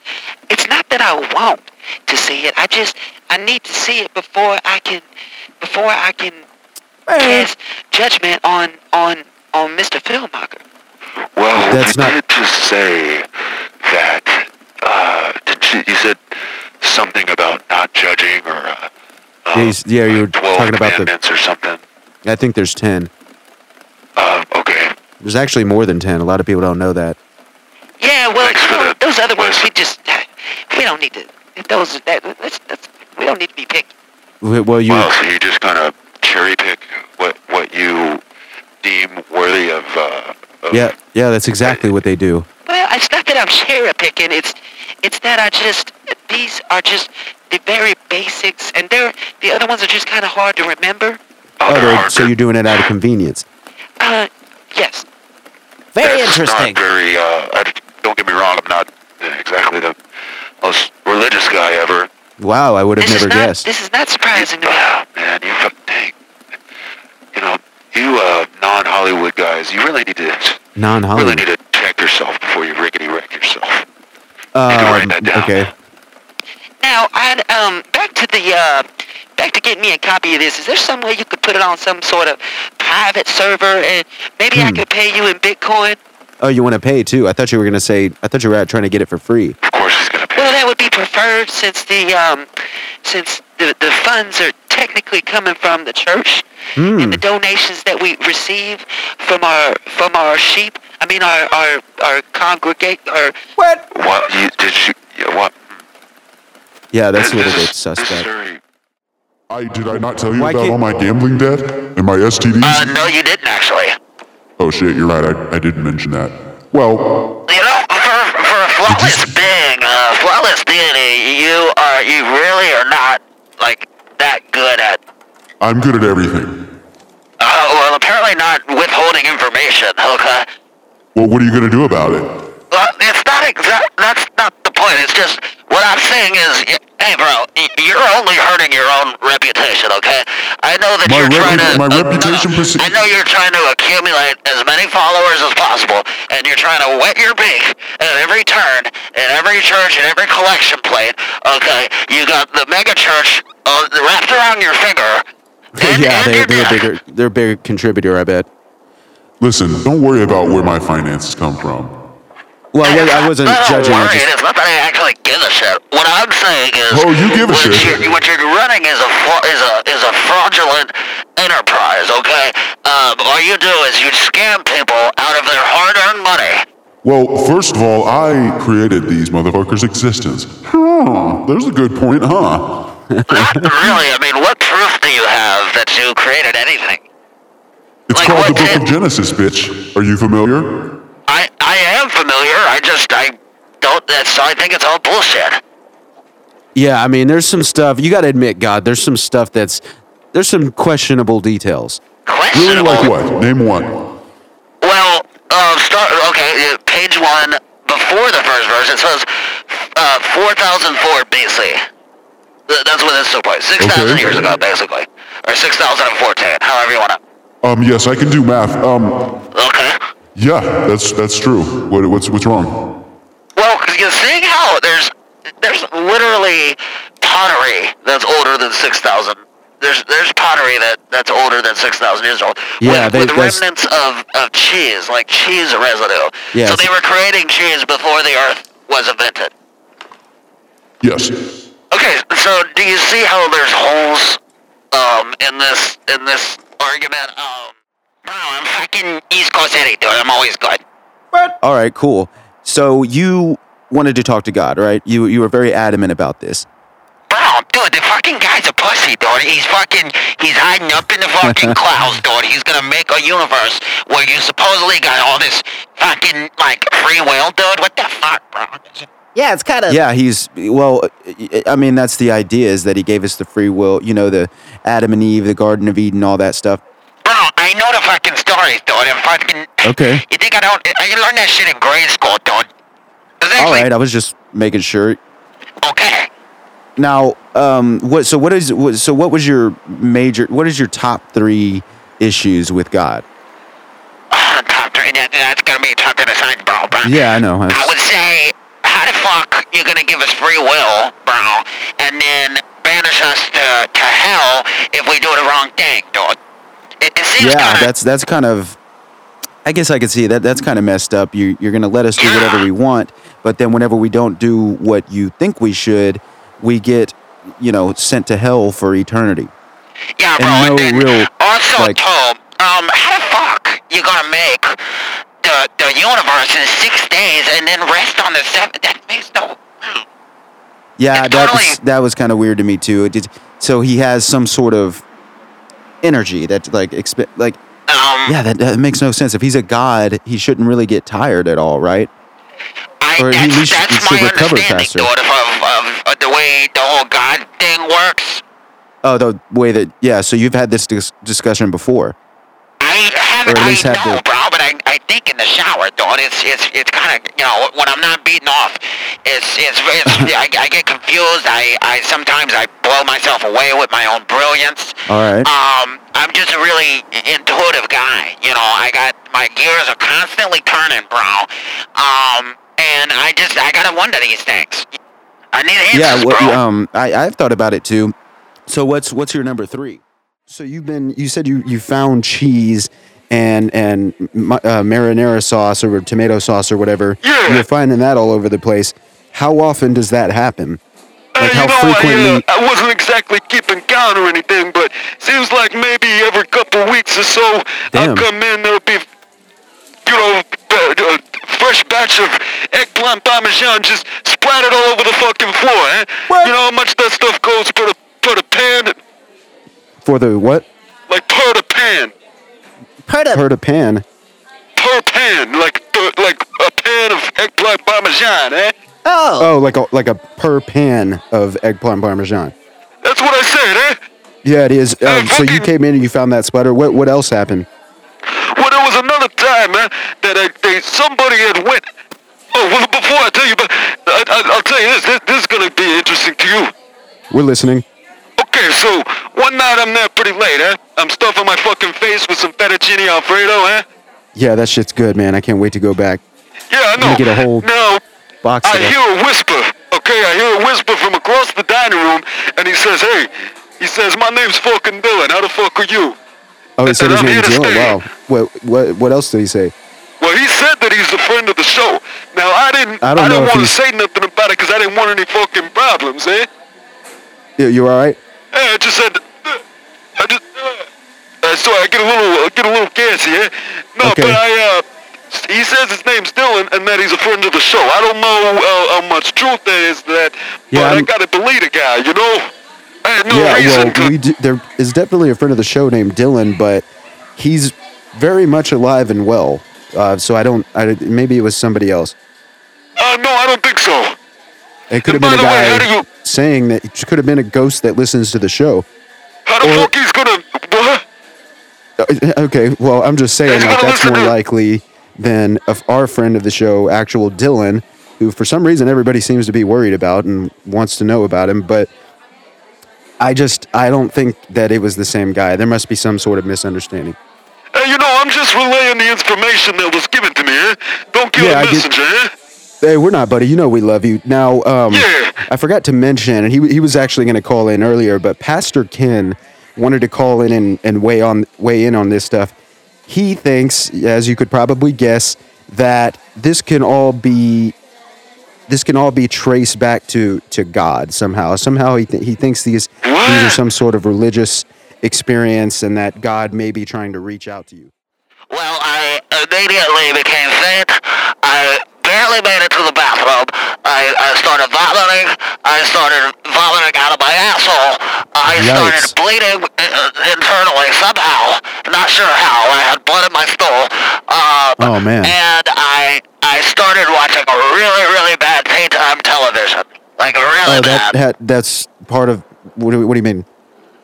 it's not that I want to see it. I just I need to see it before I can before I can cast judgment on on on Mr. Philmacher.
Well, you did just say that. Uh, did you, you said something about not judging or uh,
yeah, you, s- yeah, you were
twelve
talking about the.
commandments or something.
I think there's ten.
Uh, okay.
There's actually more than ten. A lot of people don't know that.
Yeah, well, you know, those other ones we just uh, we don't need to. Those that that's, that's, we don't need to be picky.
W- Well, you.
Wow, so you just kind of cherry pick what what you deem worthy of. Uh,
Yeah, yeah, that's exactly what they do.
Well, it's not that I'm cherry picking. It's it's that I just these are just the very basics, and they're the other ones are just kind of hard to remember.
Oh, they're- so you're doing it out of convenience.
Uh, yes.
Very
that's
interesting.
Not very. Uh, I, don't get me wrong. I'm not exactly the most religious guy ever.
Wow, I would have never guessed.
This is not surprising to me.
Man, you fucking dang. You know, you uh, non-Hollywood guys, you really need to really
Non-Hollywood.
need to check yourself before you rickety wreck yourself.
Um, okay.
Now, I um back to the uh back to getting me a copy of this. Is there some way you could put it on some sort of private server, and maybe I could pay you in Bitcoin?
Oh, you want to pay too? I thought you were gonna say. I thought you were out trying to get it for free.
Well, that would be preferred since the um since the the funds are technically coming from the church.
Hmm.
Mm-hmm.
the donations that we receive from our from our sheep. I mean our our our congregate our
what?
What you did you? yeah, What?
Yeah, that's a little bit suspect.
I did I not tell you about all my gambling debt and my STDs?
Uh, no, you didn't actually.
Oh shit, you're right. I, I didn't mention that. Well,
You know, for for a flawless being, uh, flawless deity, you are you really are not like that good at.
I'm good at everything.
Uh, well, apparently not withholding information, okay?
Well, what are you gonna do about it?
Well, it's not exact. That's not the point. It's just what I'm saying is, y- hey, bro, y- you're only hurting your own reputation, okay? I know that
My
you're trying
repu-
to.
my
uh, no,
reputation
no,
prece-
I know you're trying to accumulate as many followers as possible, and you're trying to wet your beak at every turn, at every church, at every collection plate. Okay, you got the mega church uh, wrapped around your finger.
yeah, they, they're a bigger. They're a bigger contributor. I bet.
Listen, don't worry about where my finances come from.
Well, I, I
Oh,
wasn't
No, don't
judging. I
worry, It
just-
is not that I actually give a shit. What I'm saying is,
Oh, you give a
what
shit.
You're, what you're running is a fra- is a is a fraudulent enterprise. Okay, um, all you do is you scam people out of their hard-earned money.
Well, first of all, I created these motherfuckers' existence. Huh, there's a good point, huh?
really, I mean, what proof do you have that you created anything?
It's called the Book of Genesis, bitch. Are you familiar?
I I am familiar. I just I don't. That's I think it's all bullshit.
Yeah, I mean, there's some stuff you got to admit, God. There's some stuff that's there's some questionable details.
Really, like what? Name one.
Well, uh, start okay. uh, Page one before the first verse, it says uh, 4004 BC. Th- That's what this took place. Six thousand years ago, basically, or six thousand and fourteen, however you want to.
Um, yes, I can do math. Um, yeah, that's that's true. What, what's what's wrong?
Well, 'cause you're seeing how there's there's literally pottery that's older than six thousand. There's there's pottery that, that's older than six thousand years old.
Yeah,
with,
they-
with
that's-
remnants of, of cheese, like cheese residue.
Yes.
So they were creating cheese before the earth was invented.
Yes.
Okay, so do you see how there's holes um, in this in this argument? Um, bro, I'm fucking East Coast Eddie, dude. I'm always good.
All right, cool. So you wanted to talk to God, right? You you were very adamant about this.
Bro, dude, the fucking guy's a pussy, dude. He's fucking, he's hiding up in the fucking clouds, dude. He's gonna make a universe where you supposedly got all this fucking, like, free will, dude. What the fuck, bro?
Yeah, it's kind of
Yeah, he's well. I mean, that's the idea is that he gave us the free will. You know, the Adam and Eve, the Garden of Eden, all that stuff.
Bro, I know the fucking stories, dude. And fucking,
Okay.
you think I don't, I learned that shit in grade school, dude.
All right, I was just making sure.
Okay.
Now, um, what? So what is? What, so what was your major? What is your top three issues with God?
Top three, that, that's gonna be tough to decide, bro, bro.
Yeah, I know.
I would say, how the fuck you're gonna give us free will, bro, and then banish us to, to hell if we do the wrong thing, dog? It, it seems
yeah, that's that's kind of. I guess I could see that. That's kind of messed up. You you're gonna let us do whatever we want, but then whenever we don't do what you think we should, we get you know sent to hell for eternity.
Yeah, bro.
And no real
also
like
told, um, how the fuck you gonna make the the universe in six days and then rest on the seventh? That makes no.
yeah, that was that was kind of weird to me too. It did, so he has some sort of energy that like exp- like
Um.
yeah that, that makes no sense. If he's a god, he shouldn't really get tired at all, right? or at least he should recover faster.
Of the way the whole God thing works,
Oh, the way that yeah. So you've had this dis- discussion before.
I haven't.
Or at
I
least have
know,
the-
bro, but I, I think in the shower, dog. It's it's it's kind of you know when I'm not beating off, it's it's, it's I, I get confused. I I sometimes I blow myself away with my own brilliance.
All right.
Ah.
Um, I'm just a really intuitive guy. You know, I got my gears are constantly turning, bro. Um, and I just I gotta wonder these things. I need answers,
yeah,
bro.
well, um, I, I've thought about it too. So what's what's your number three? So you've been you said you you found cheese and and ma- uh, marinara sauce or tomato sauce or whatever. Yeah. You're finding that all over the place. How often does that happen? Like how frequently?
I, uh, I wasn't exactly keeping count or anything, but seems like maybe every couple weeks or so,
Damn.
I'll come in. There'll be, you know, a, a fresh batch of eggplant parmesan just splattered all over the fucking floor. Eh? You know how much that stuff goes per the per the pan,
For the what?
like per the pan,
Per
Uh,
the
per the pan.
per pan, like per, like a pan of eggplant parmesan. Eh?
Oh, like a like a per pan of eggplant parmesan.
That's what I said. Eh?
Yeah, it is. Um, so you came in and you found that splatter. What what else happened?
Well, there was another time, man, that I, they, somebody had went. Oh, well, before I tell you, but I, I, I'll tell you this, this. This is gonna be interesting to you.
We're listening.
Okay, so one night I'm there pretty late, eh? I'm stuffing my fucking face with some fettuccine alfredo, eh?
Yeah, that shit's good, man. I can't wait to go back.
Yeah, I
I'm gonna
know.
get a whole
now
box
I
of that.
hear a whisper. Okay, I hear a whisper from across the dining room, and he says, "Hey," he says, "My name's fucking Dylan. How the fuck are you?"
Oh, he said his
I'm
name
here to
Dylan.
stay.
Wow. What what what else did he say?
Well, he said that he's a friend of the show. Now I didn't.
I don't know
didn't
if
want to
he's-
say nothing about it because I didn't want any fucking problems, eh?
You, you all right?
Yeah, I just said. I just. Uh, sorry, I get a little, I get a little gassy, eh? No,
Okay.
but I. Uh, he says his name's Dylan and that he's a friend of the show. I don't know uh, how much truth there is to that,
Yeah,
but I
I'm-
gotta believe the guy, you know. I had no
yeah,
reason to
well, we do, there is definitely a friend of the show named Dylan, but he's very much alive and well. Uh, so I don't. I, maybe it was somebody else.
Uh, no, I don't think so.
It could have been a guy saying that it could have been a ghost that listens to the show.
How the fuck he's gonna? What?
Uh, Okay, well, I'm just saying like, that's more likely than of our friend of the show, actual Dylan, who for some reason everybody seems to be worried about and wants to know about him. But I just I don't think that it was the same guy. There must be some sort of misunderstanding.
Hey, you know, I'm just relaying the information that was given to me. Eh? Don't kill
Yeah, I
the
get-
messenger. Eh?
Hey, we're not, buddy. You know we love you. Now, um, I forgot to mention, and he he was actually going to call in earlier, but Pastor Ken wanted to call in and, and weigh on weigh in on this stuff. He thinks, as you could probably guess, that this can all be this can all be traced back to to God somehow. Somehow he th- he thinks these these are some sort of religious experience, and that God may be trying to reach out to you.
Well, I immediately became faint. I barely made it to the bathroom. I, I started vomiting. I started vomiting out of my asshole. I started bleeding uh, internally somehow. Not sure how. I had blood in my stool. Uh,
Oh man.
And I I started watching really really bad daytime television. Like really
Oh, that, that that's part of what do, what do you mean?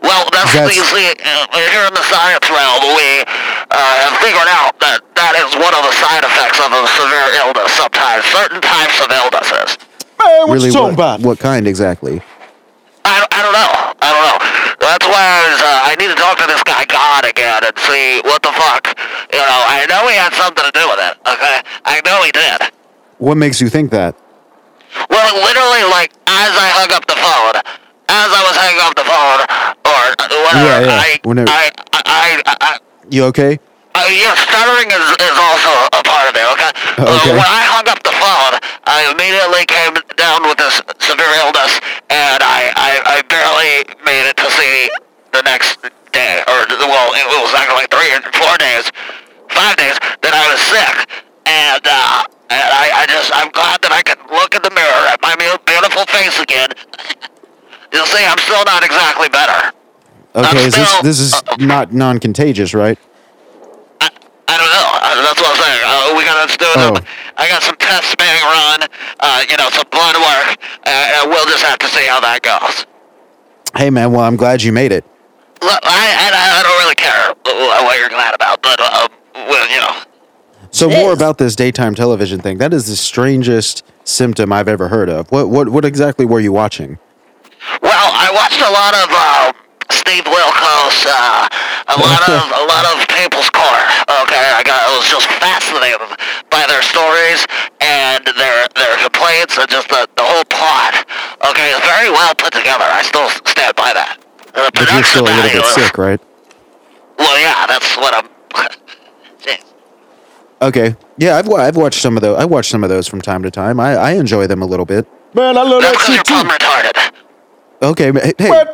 well, that's,
That's-
you see, uh, here in the science realm, we uh, have figured out that that is one of the side effects of a severe illness sometimes, certain types of illnesses.
Man, what really, what, What kind exactly?
I, I don't know. I don't know. That's why I, was, uh, I need to talk to this guy God again and see what the fuck. You know, I know he had something to do with it, okay? I know he did.
What makes you think that?
Well, literally, like, as I hung up the phone, as I was hanging up the phone, or uh, whatever,
yeah, yeah.
I,
Whenever-
I, I, I, I, I
you okay?
Uh, yeah, stuttering is, is also a part of it, okay?
Okay.
Uh, when I hung up the phone, I immediately came down with this severe illness, and I, I, I barely made it to see the next day, or, well, it was actually like three or four days, five days, that I was sick. And, uh, and I, I just, I'm glad that I can look in the mirror at my mu- beautiful face again. You'll see, I'm still not exactly better.
Okay, is this this is not non-contagious, right?
I don't know. Uh, that's what I'm saying. Uh, we gotta do
Oh.
them. I got some tests being run. Uh, you know, some blood work. Uh, and we'll just have to see how that goes.
Hey man, well I'm glad you made it.
Look, I, I, I don't really care wh- what you're glad about, but uh, well, you know,
So more about this daytime television thing. That is the strangest symptom I've ever heard of. What what what exactly were you watching?
Well, I watched a lot of um, Steve Wilkos, uh, a lot of a lot of People's Court. Okay, I got I was just fascinated by their stories and their their complaints and just the, the whole plot. Okay, it's very well put together. I still stand by that. The
But you're
production
still a little
value
bit
is-
sick, right?
Well, yeah, that's what I'm. Jeez.
Okay. Yeah, I've wa- I've watched some of those. I watch some of those from time to time. I, I enjoy them a little bit.
Man, I love that shit too. I'm retarded.
Okay, ma- hey, hey,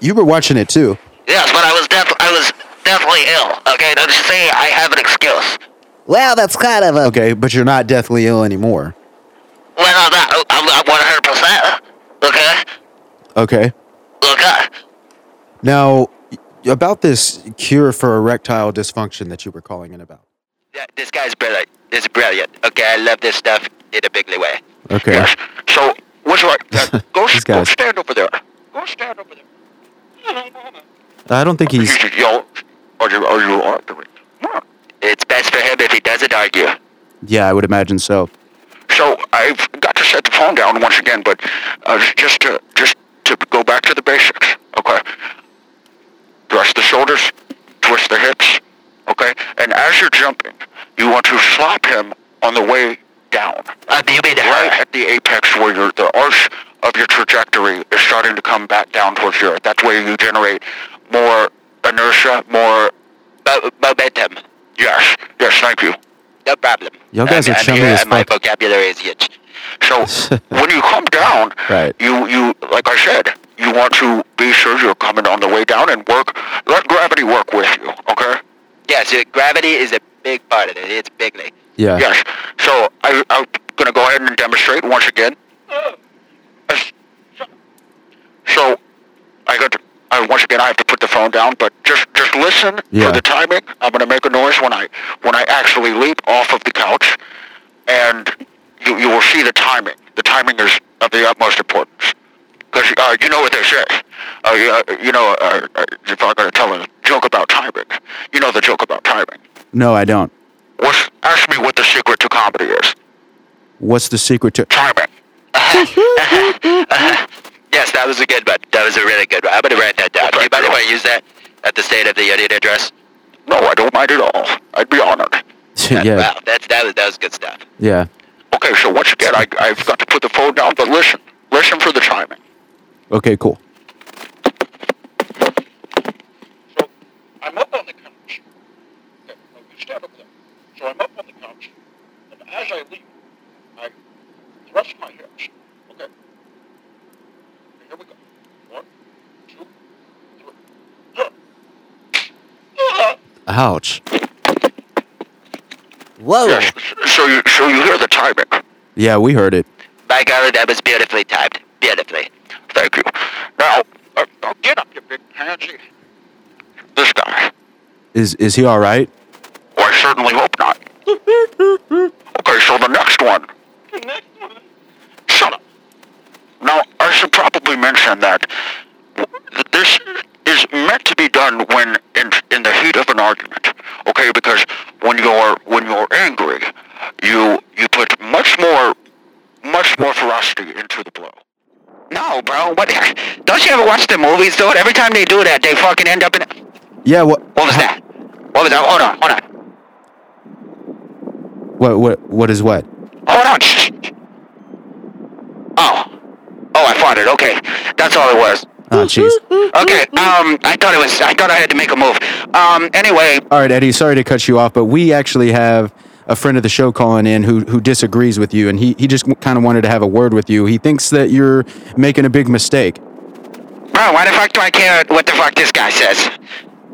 you were watching it too.
Yes, but I was def- I was definitely ill. Okay, don't you see? I have an excuse.
Well, that's kind of a- okay, but you're not deathly ill anymore.
Well, I'm not. I'm, I'm 100. percent Okay.
Okay.
Look,
uh,
I,
Now, about this cure for erectile dysfunction that you were calling in about.
Yeah, this guy's brilliant. It's brilliant. Okay, I love this stuff in a big way.
Okay.
So, what's right? Uh, go,
These
go
guys.
stand over there.
Go stand over there.
I don't think he's.
Yo, are you, are you arguing? It's best for him if he doesn't argue.
Yeah, I would imagine so.
So I've got to set the phone down once again, but uh, just to just to go back to the basics. Okay. Thrust the shoulders, twist the hips. Okay. And as you're jumping, you want to slap him on the way down.
Uh,
right at the apex where your the arch of your trajectory is starting to come back down towards your. That's where you generate more inertia, more momentum. Yes. Yes. Thank you.
no problem.
Y'all guys
And-
are
and
chummy
here-
as
and My
fuck.
vocabulary is huge. So when you come down,
Right.
you you like I said, you want to be sure you're coming on the way down and work. Let gravity work with you, okay?
Yeah, so gravity is a big part of it. It's bigly.
Yeah.
Yes. So I, I'm gonna go ahead and demonstrate once again. So I got. To, I once again I have to put the phone down, but just just listen
Yeah.
for the timing. I'm gonna make a noise when I when I actually leap off of the couch, and you you will see the timing. The timing is of the utmost importance. Because uh, you know what they say. Uh, you, uh, you know, uh, uh, if I'm going to tell a joke about timing, you know the joke about timing.
No, I don't.
What's, ask me what the secret to comedy is.
What's the secret to?
Timing.
Yes, that was a good one. That was a really good one. I'm gonna write that down. Do you mind if I use that at the State of the Union address?
No, I don't mind at all. I'd be honored.
yeah,
Wow, that's that was that was good stuff.
yeah.
Okay, so once again, I, I've got to put the phone down, but listen. Listen for the timing.
Okay, cool.
I'm up on the couch. Okay, I reached out over there. So I'm up on the couch, and as I leap, I thrust my hips. Okay. Here we go. One, two,
Ouch.
Whoa.
So you, so you hear the timing.
Yeah, we heard it.
By golly, that was beautifully timed. Beautifully.
Thank you. Now, uh, now get up, you big pansy. This guy.
Is is he all right?
Well, I certainly hope not. okay, so the next one. Shut up. Now, I should probably mention that this is meant to be done when in, in the heat of an argument. Okay, because when you're when you're angry, you you put much more much more ferocity into the blow.
No, bro. What? Don't you ever watch the movies, dude? Every time they do that, they fucking end up in.
Yeah. What?
What was that? What was that? Hold on, hold on,
What? What? What is what?
hold on. Shh. shh, shh. Oh, oh, I farted. Okay, that's all it was.
Oh, jeez.
Okay. Um, I thought it was. I thought I had to make a move. Um. Anyway,
All right, Eddie. Sorry to cut you off, but we actually have a friend of the show calling in who who disagrees with you, and he he just kind of wanted to have a word with you. He thinks that you're making a big mistake.
bro, why the fuck do I care what the fuck this guy says?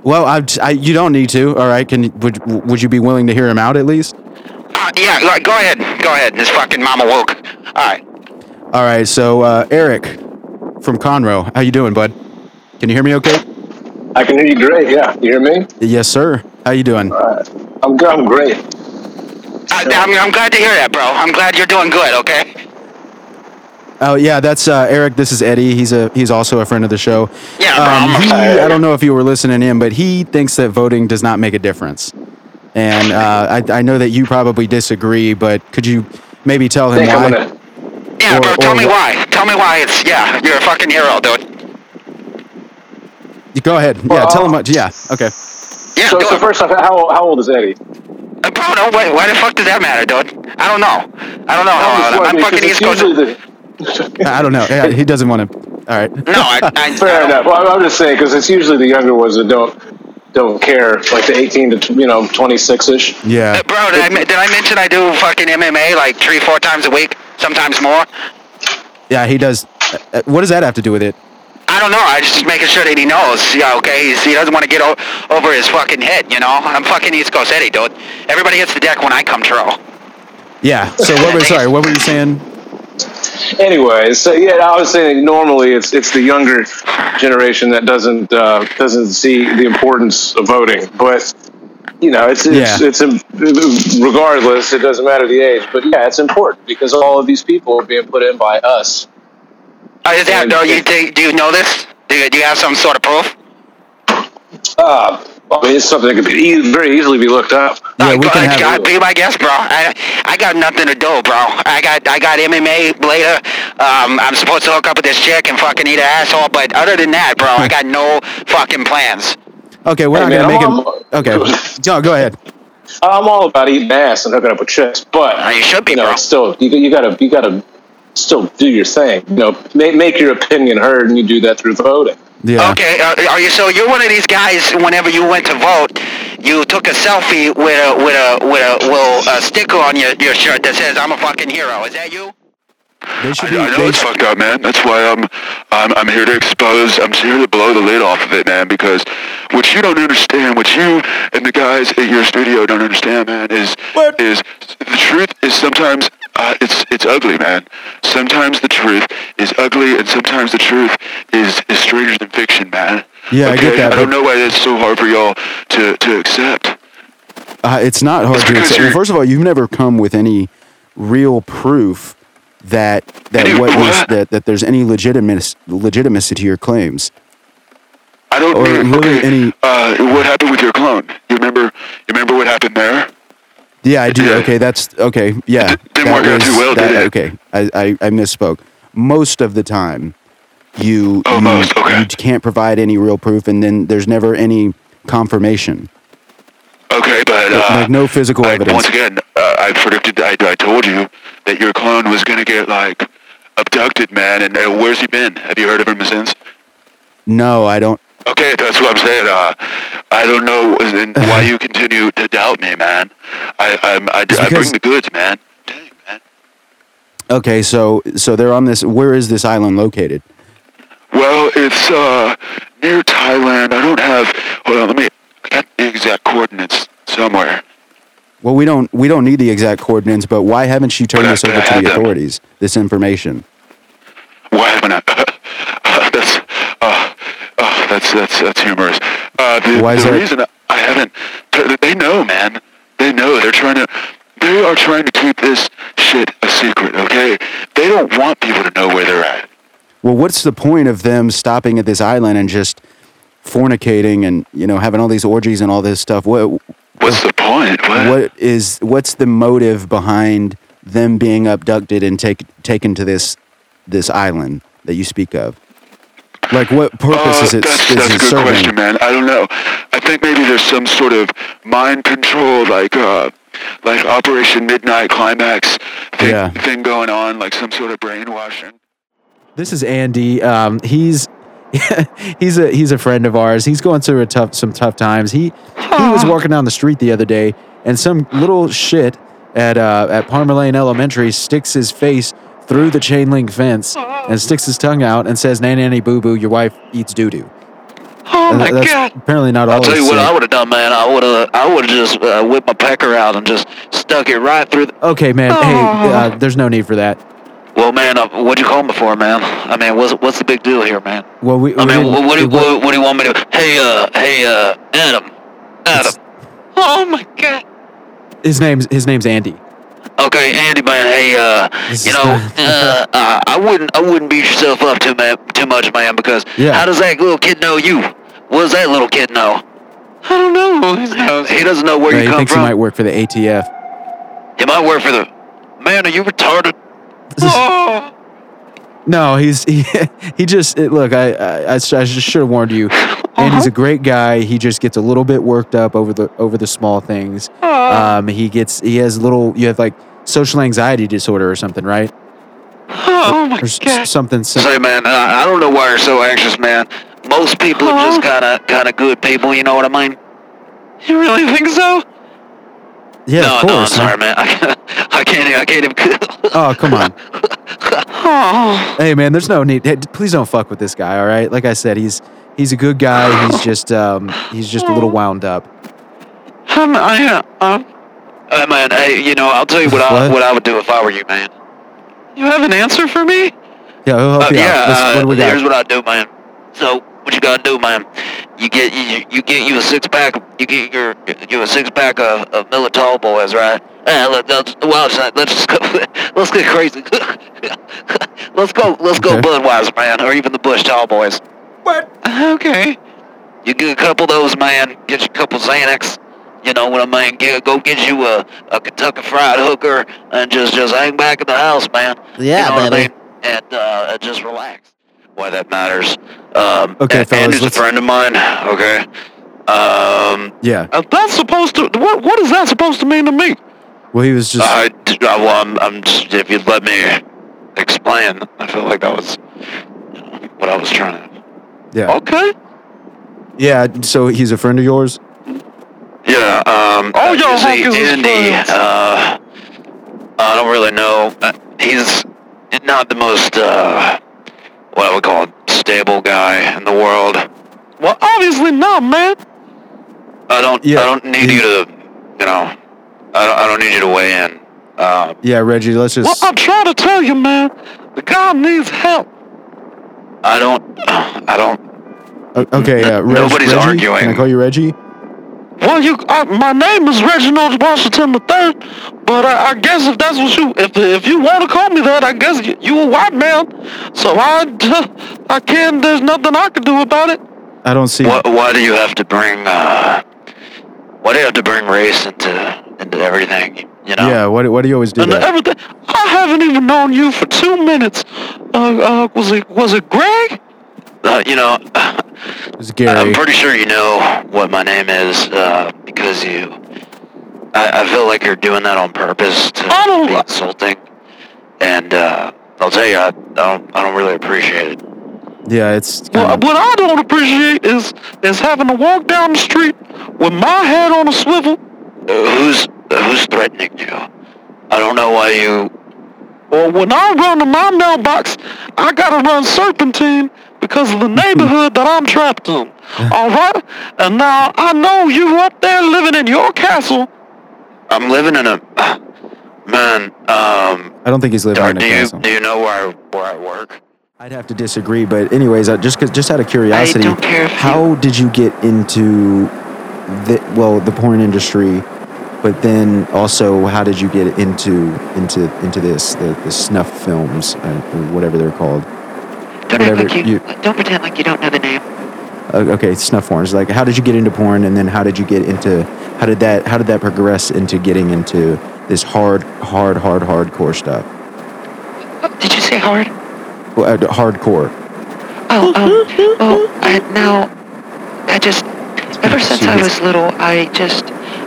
Well, I, I you don't need to. All right. Can would would you be willing to hear him out at least?
Uh, yeah. Like, go ahead. Go ahead. This fucking mama woke. All right.
All right. So uh, Eric from Conroe, how you doing, bud? Can you hear me? Okay.
I can hear you great. Yeah, you hear me? Uh,
Yes, sir. How you doing?
I'm good. I'm great.
Uh, I'm, I'm glad to hear that, bro. I'm glad you're doing good. Okay.
Oh yeah, that's uh, Eric. This is Eddie. He's a he's also a friend of the show.
Yeah,
um,
bro, I'm
he,
excited.
I don't know if you were listening in, but he thinks that voting does not make a difference. And uh, I, I know that you probably disagree, but could you maybe tell him
Think I'm
why?
gonna-
Yeah,
Or-
bro. Tell
or
me
what-
why. Tell me why it's. Yeah, you're a fucking hero, dude.
Go ahead. Yeah, tell him. What, yeah. Okay.
Yeah.
So,
do
so
it.
first off, how, how old is Eddie?
Uh, Bro, no, why, why the fuck does that matter, dude? I don't know. I don't know how
Just
old
wondering,
I'm. I'm
'cause
fucking
it's
East Coast.
usually
No,
the-
I don't know. Yeah, he doesn't want to. All right.
I, I,
Fair
I don't-
enough. Well, I'm just saying because it's usually the younger ones that don't don't care, like the 18 to you know 26 ish.
Yeah.
Uh, Bro, did I, men- did I mention I do fucking MMA like three, four times a week, sometimes more?
Yeah. He does. uh, uh, What does that have to do with it?
I don't know. I just making sure that he knows. Yeah, okay. He's, he doesn't want to get o- over his fucking head, you know. I'm fucking East Coast Eddie, dude. Everybody hits the deck when I come through.
Yeah. So what? Were, sorry. What were you saying?
Anyway, so yeah, I was saying normally it's it's the younger generation that doesn't uh, doesn't see the importance of voting, but you know it's it's,
Yeah.
it's im regardless it doesn't matter the age, but yeah, it's important because all of these people are being put in by us.
Uh, is that,
And-
though, you, do, do you know this? Do you, do you have some sort of proof?
Uh, I mean, it's something that could be e- very easily be looked up.
Yeah, we
go-
can have.
God, be my guest, bro. I, I got nothing to do, bro. I got I got MMA later. Um, I'm supposed to hook up with this chick and fucking eat an asshole. But other than that, bro, I got no fucking plans.
Okay, we're
Hey,
not
man,
gonna
I'm-
make him. Okay. No, go ahead.
I'm all about eating ass and hooking up with chicks, but
Uh, you should be,
you know,
bro.
still you, you gotta you gotta still do your thing. You know, make, make your opinion heard, and you do that through voting.
Yeah.
Okay, uh, are you? So you're one of these guys. Whenever you went to vote, you took a selfie with a with a with a little uh, sticker on your, your shirt that says "I'm a fucking hero." Is that you?
I,
I know it's fucked up, man. That's why I'm, I'm, I'm here to expose. I'm here to blow the lid off of it, man. Because what you don't understand, what you and the guys at your studio don't understand, man, is is the truth is sometimes uh, it's it's ugly, man. Sometimes the truth is ugly, and sometimes the truth is is stranger than fiction, man.
Yeah, I get that,
I don't
but-
know why that's so hard for y'all to to accept.
Uh, it's not hard to accept. Well, first of all, you've never come with any real proof that that what was that, that there's any legitimacy legitimacy to your claims.
I don't
Or
mean
really
okay,
any-
Uh, what happened with your clone? You remember? You remember what happened there?
Yeah, I do. Okay, that's okay. Yeah,
didn't work
that
out too
was-
well,
that-
did it?
Okay, I, I, I misspoke. Most of the time, you
Oh,
you, you can't provide any real proof, and then there's never any confirmation.
Okay, but uh,
like no physical
I,
evidence.
once again, uh, I predicted. I, I told you that your clone was gonna get like abducted, man. And uh, where's he been? Have you heard of him since?
No, I don't.
Okay, that's what I'm saying. Uh, I don't know and why you continue to doubt me, man. I I'm, I, I bring the goods, man.
Okay, so so they're on this. Where is this island located?
Well, it's uh near Thailand. I don't have. Hold on, let me. I got the exact coordinates somewhere.
Well, we don't we don't need the exact coordinates, but why haven't you turned this over to
had
the
them.
authorities? This information.
Why haven't I? that's uh, uh, that's that's that's humorous. Uh, the
Why is
the
that-
reason I haven't, they know, man. They know. They're trying to. They are trying to keep this shit a secret. Okay. They don't want people to know where they're at.
Well, what's the point of them stopping at this island and just fornicating and you know having all these orgies and all this stuff? What
What's the point? What?
what is what's the motive behind them being abducted and take, taken to this this island that you speak of? Like, what purpose
Uh,
is it,
that's,
is
that's a
it
good
serving?
question, man. I don't know. I think maybe there's some sort of mind control, like uh, like Operation Midnight Climax thing,
Yeah.
thing going on, like some sort of brainwashing.
This is Andy. Um, he's he's a he's a friend of ours. He's going through a tough some tough times. He he was walking down the street the other day, and some little shit at uh, at Palmer Lane Elementary sticks his face through the chain link fence and sticks his tongue out and says, "Nanny, nanny, boo, boo, your wife eats doo doo."
Oh my
that's
God.
Apparently not all.
I'll tell
it's
you what
said.
I would have done, man. I would have I would have just uh, whipped my pecker out and just stuck it right through. The,
Okay, man. Hey, uh, there's no need for that.
well, man, uh, what'd you call me for, man? I mean, what's what's the big deal here, man?
Well, we.
I
we
mean,
didn't-
what, what, do,
it wa-
what, what do you want me to? Hey, uh, hey, uh, Adam, Adam. Oh my God.
his name's his name's Andy.
Okay, Andy, man. Hey, uh, you know, uh, uh, I wouldn't, I wouldn't beat yourself up too, man, too much, man, because
Yeah.
how does that little kid know you? What does that little kid know? I don't know. He doesn't know where
Yeah,
you
he
come
thinks
from.
he might work for the ATF.
He might work for the. Man, are you retarded? Oh.
No, he's he, he just it, look. I I, I sh- I just should have warned you. And
Uh-huh.
he's a great guy. He just gets a little bit worked up over the over the small things.
Uh-huh.
Um, he gets he has little. You have like social anxiety disorder or something, right?
Oh my
or s- Something. sim-
Say, man, I, I don't know why you're so anxious, man. Most people are just kind of, kind of good people. You know what I mean? You really think so?
yeah,
no,
of
no, I'm
course.
sorry, man. I can't, I can't, I can't even.
Oh come on.
Oh.
Hey man, there's no need. Hey, d- please don't fuck with this guy. All right. Like I said, he's he's a good guy. He's just um he's just a
Oh.
little wound up.
Um, I, uh, um, uh, man, hey, you know, I'll tell you what, I,
What?
what I would do if I were you, man. You have an answer for me?
Yeah, he'll help
Uh,
you
yeah,
out. Listen,
uh,
what do we
here's
got?
what I do, man. So, what you gotta do, man? You get you, you get you a six pack. You get your you a six pack of, of Militol boys, right? Eh, let, let's, well, it's not- let's just go, let's get crazy. let's go let's go Budweiser, man, or even the Bush Tall boys. What? Okay. You get a couple of those, man. Get you a couple Xanax. You know what I mean? Get, go get you a, a Kentucky Fried Hooker and just just hang back in the house, man.
Yeah,
you know what I
baby.
mean? And uh, and just relax. Why that matters. Um,
Okay,
and,
fellas,
Andy's a
let's-
friend of mine. Okay. Um,
Yeah.
uh, that's supposed to. What what is that supposed to mean to me?
Well, he was just.
I, well, I'm, I'm just, if you'd let me explain. I feel like that was you know, what I was trying to.
Yeah.
Okay.
Yeah. So he's a friend of yours.
Yeah. Um.
Oh, y'all
obviously
hookers is
Andy. Uh, I don't really know. Uh, he's not the most uh, what I would call stable guy in the world.
Well, obviously not, man.
I don't. I don't need you to. You know. I don't, I don't need you to weigh in. Um,
Yeah, Reggie. Let's
Well,
just.
I'm trying to tell you, man. The guy needs help.
I don't. I don't.
o- Okay. Yeah. Reg,
Nobody's
Reggie?
arguing.
Can I call you Reggie?
Well, you, I, my name is Reginald Washington III, but I, I guess if that's what you, if if you want to call me that, I guess you, you a white man, so I, I can. There's nothing I can do about it.
I don't see.
Why, why do you have to bring? Uh, why do you have to bring race into into everything? You know.
Yeah. What? What do you always do?
and
That?
everything. I haven't even known you for two minutes. Uh, uh, was it was it Greg?
Uh, you know,
It's Gary.
I'm pretty sure you know what my name is uh, because you. I, I feel like you're doing that on purpose to be insulting, and uh, I'll tell you, I, I don't, I don't really appreciate it.
Yeah. It's.
Well, what I don't appreciate is is having to walk down the street with my head on a swivel.
Uh, who's who's threatening you? I don't know why you.
Or when I run to my mailbox, I gotta run serpentine because of the neighborhood that I'm trapped in. All right, and now I know you up there living in your castle.
I'm living in a man. Um,
I don't think he's living in a
do you
castle.
do you know where I, where I work?
I'd have to disagree, but anyways, uh, just 'cause- just out of curiosity,
don't care if
how did you get into the well the porn industry? But then also, how did you get into into into this the, the snuff films uh, or whatever they're called?
Don't act
whatever
like you, Don't pretend like you don't know the name.
uh, okay snuff porns. Like, how did you get into porn, and then how did you get into how did that how did that progress into getting into this hard hard hard hardcore stuff?
Did you say hard?
Well, uh, hardcore.
Oh, oh, oh, I, now, I just, ever since I was little, I just,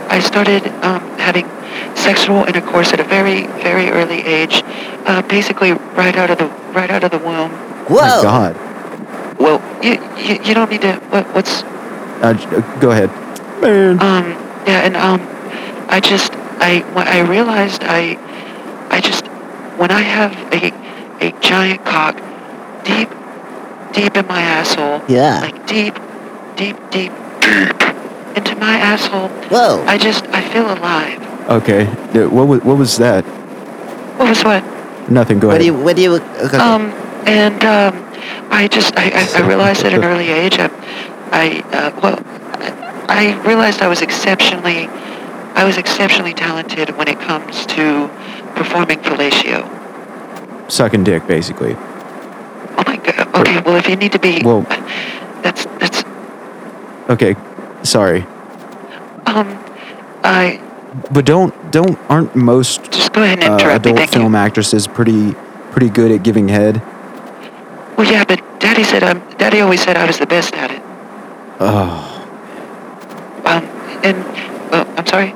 I started um, having sexual intercourse at a very, very early age, uh, basically right out of the, right out of the womb.
Whoa! My God.
Well, you, you, you don't need to, what, what's,
Uh, j- uh, go ahead.
Um, yeah, and um, I just I when I realized I I just when I have a a giant cock deep deep in my asshole.
Yeah.
Like deep, deep, deep, deep into my asshole.
Whoa.
I just I feel alive.
Okay. Yeah, What was what was that?
What was what?
Nothing. Go
What
ahead.
do you? What do you? Okay.
Um, and um, I just I, I, I realized at an early age I, I uh, well I, I realized I was exceptionally I was exceptionally talented when it comes to performing fellatio.
Sucking dick, basically.
Oh Okay, well if you need to be
Well,
that's that's
okay. Sorry,
um I
but don't don't aren't most
go ahead and
uh,
interrupt me,
adult
thank you.
film actresses pretty pretty good at giving head?
well yeah but Daddy said um Daddy always said I was the best at it.
Oh,
Um and uh, I'm sorry.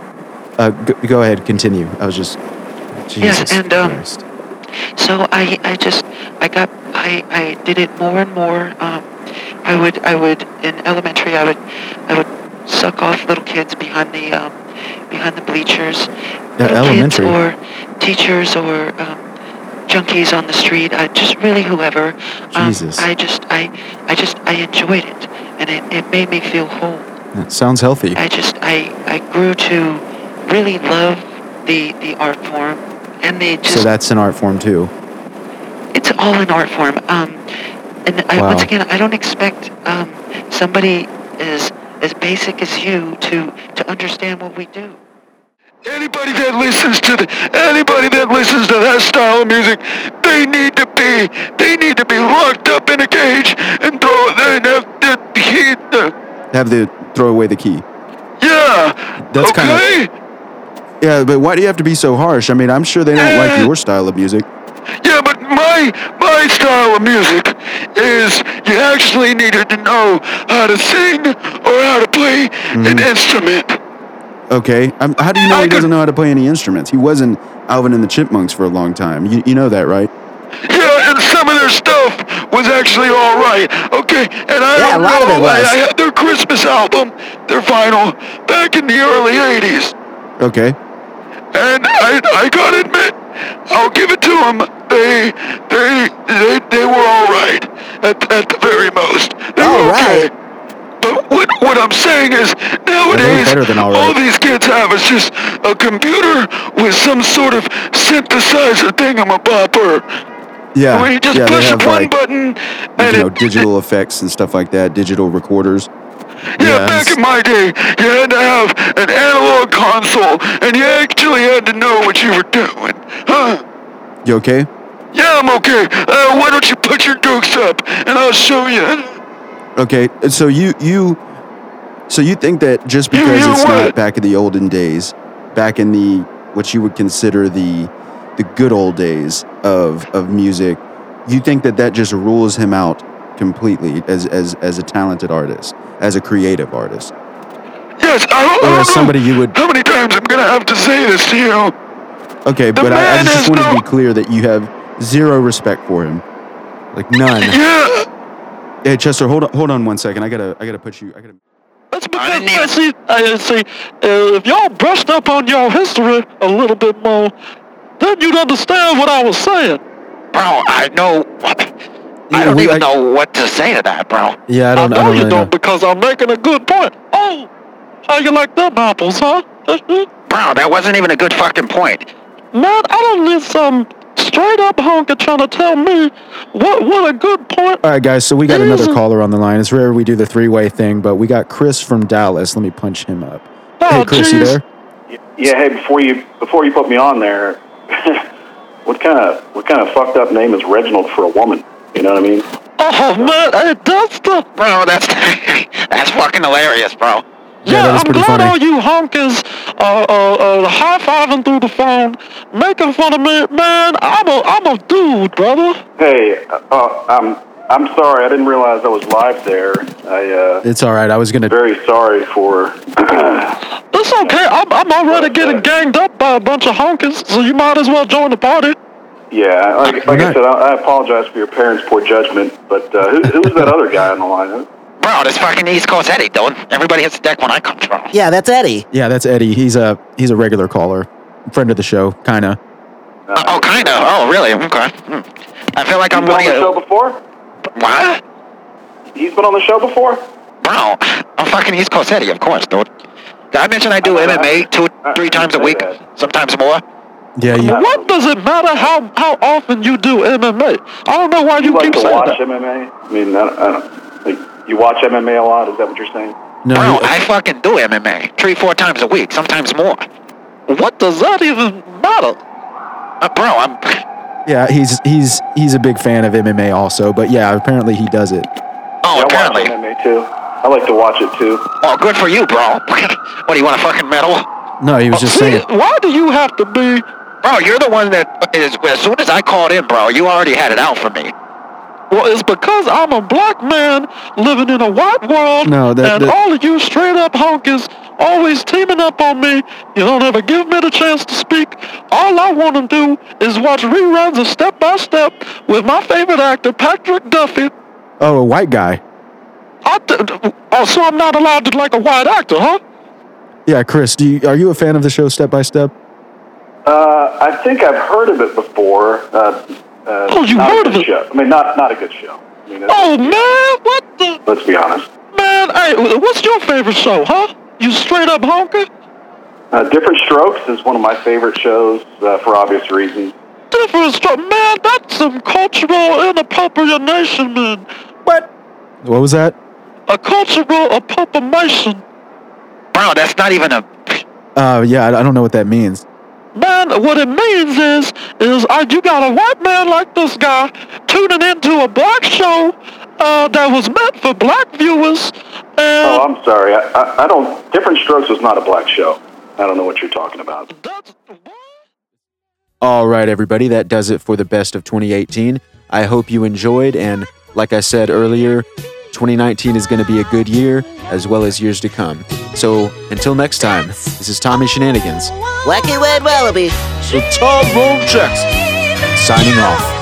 uh, go, go ahead. Continue. I was just. Jesus
yes, and um,
Christ.
so I, I just, I got, I, I did it more and more. Um, I would, I would, in elementary, I would, I would suck off little kids behind the, um, behind the bleachers.
Yeah,
Little kids
elementary.
or teachers or um, junkies on the street. I just really whoever. Um,
Jesus.
I just, I, I just, I enjoyed it, and it, it made me feel whole.
That sounds healthy.
I just I I grew to really love the the art form and the just
so that's an art form too.
it's all an art form. Um, and I,
Wow.
once again, I don't expect um, somebody as as basic as you to to understand what we do.
Anybody that listens to the, anybody that listens to that style of music, they need to be, they need to be locked up in a cage and throw and have the heat.
Have the throw away the key.
Yeah.
That's kind of.
Hey,
Yeah, but why do you have to be so harsh? I mean, I'm sure they don't
Uh,
like your style of music.
Yeah, but my my style of music is you actually needed to know how to sing or how to play
Mm.
an instrument.
Okay. Um, how do you know he doesn't know how to play any instruments? He wasn't Alvin and the Chipmunks for a long time. You, you know that, right?
Yeah, and some of their stuff was actually all right. Okay, and I
Yeah,
don't
a lot of
know,
it was.
I, I had their Christmas album, their vinyl, back in the early '80s,
Okay.
and I I gotta admit, I'll give it to them. They they they, they were all right at, at the very most. They were okay. But what what I'm saying is nowadays
better than all
all,
right.
these kids have is just a computer with some sort of synthesizer thingamabobber.
Yeah.
Where you just
yeah, they
push
have,
one
like,
button and
you know,
it,
digital effects and stuff like that, digital recorders.
yeah, back in my day, you had to have an analog console and you actually had to know what you were doing. Huh?
You okay?
Yeah, I'm okay. Uh, why don't you put your dukes up and I'll show you.
Okay. and So you you so you think that just
You-
because
you
it's
what?
not back in the olden days, back in the what you would consider the the good old days of of music, you think that that just rules him out completely as as as a talented artist, as a creative artist.
Yes, I don't, I
Or
don't
as somebody you would
know how many times I'm gonna have to say this to you.
Okay,
The
but I, I
man
just
is
want to
no-
be clear that you have zero respect for him, like none.
Yeah.
Hey Chester, hold on, hold on one second. I gotta, I gotta put you. I gotta.
That's because I see, I see, uh, if y'all brushed up on your history a little bit more, then you'd understand what I was saying.
Bro, I know. I don't even know what to say to that, bro.
Yeah, I don't. I,
No,
don't
you
really know.
don't, because I'm making a good point. Oh, how you like them apples, huh?
Bro, that wasn't even a good fucking point.
Man, I don't need some straight up honker trying to tell me what what a good point.
All right, guys. So we got another
Jesus.
caller on the line. It's rare we do the three-way thing, but we got Chris from Dallas. Let me punch him up.
Oh,
hey, Chris, you
jeez.
there?
Yeah, hey, before you before you put me on there, what kind of what kind of fucked up name is Reginald for a woman? You know what I mean?
Oh man, hey, that's the
bro. That's that's fucking hilarious, bro.
Yeah,
that is
I'm
pretty
glad
funny.
all you honkers are uh, uh, high fiving through the phone, making fun of me. Man, I'm a I'm a dude, brother.
Hey, uh, uh, I'm I'm sorry, I didn't realize I was live there. I uh,
It's all right. I was gonna.
very sorry for.
That's okay. I'm, I'm already getting ganged up by a bunch of honkers, so you might as well join the party.
Yeah, like, like I said, I, I apologize for your parents' poor judgment. But uh, who, who was that other guy on the line?
Bro, this fucking East Coast Eddie, dude. Everybody hits the deck when I come from.
Yeah, that's Eddie.
Yeah, that's Eddie. He's a he's a regular caller, friend of the show, kind of.
Uh, oh, kind of. Oh, really? Okay. Hmm. I feel like I'm
He's been on
one of
the
you.
show before.
What?
He's been on the show before.
Bro, I'm fucking East Coast Eddie, of course, dude. Did I mention I do MMA two, three times a week, sometimes more?
Yeah, you.
What does it matter how, how often you do MMA? I don't know why you,
like
keep
to
saying
watch
that.
MMA? I mean, I don't, I don't like you watch MMA a lot. Is that what you're saying?
No,
Bro, I fucking do MMA three, four times a week, sometimes more. What does that even matter? Uh, bro, I'm.
Yeah, Uh, he's he's he's a big fan of MMA also, but yeah, apparently he does it.
Oh, apparently.
I watch MMA too. I like to watch it too.
Oh, good for you, bro. what do you want a fucking medal?
No, he was just saying.
Why do you have to be?
Bro, you're the one that is. As soon as I called in, bro, you already had it out for me.
Well, it's because I'm a black man living in a white world,
No, that-
and
that-
all of you straight up honkers always teaming up on me. You don't ever give me the chance to speak. All I want to do is watch reruns of Step by Step with my favorite actor, Patrick Duffy.
Oh, a white guy.
I d- d- oh, so I'm not allowed to like a white actor, huh?
Yeah, Chris, do you, are you a fan of the show Step by Step?
Uh, I think I've heard of it before. Uh, uh, oh, you heard of it? Show. I mean, not not a good show. I mean,
Oh man, what the
let's be honest.
man? Hey, wh- what's your favorite show, huh? You straight up honker?
Uh, Different Strokes is one of my favorite shows uh, for obvious reasons.
Different stro- man. That's some cultural inappropriation, man. What?
What was that?
A cultural appropriation.
Bro, that's not even a.
Uh, yeah, I, I don't know what that means.
Man, what it means is, is uh, you got a white man like this guy tuning into a black show uh, that was meant for black viewers.
oh, I'm sorry. I, I, I don't. Different Strokes was not a black show. I don't know what you're talking about.
All right, everybody, that does it for the best of 2018. I hope you enjoyed, and like I said earlier, 2019 is going to be a good year as well as years to come. So until next time, this is Tommy Shenanigans
Wacky Wade Wallaby.
with Tom Jackson signing off.
Oh, Oh,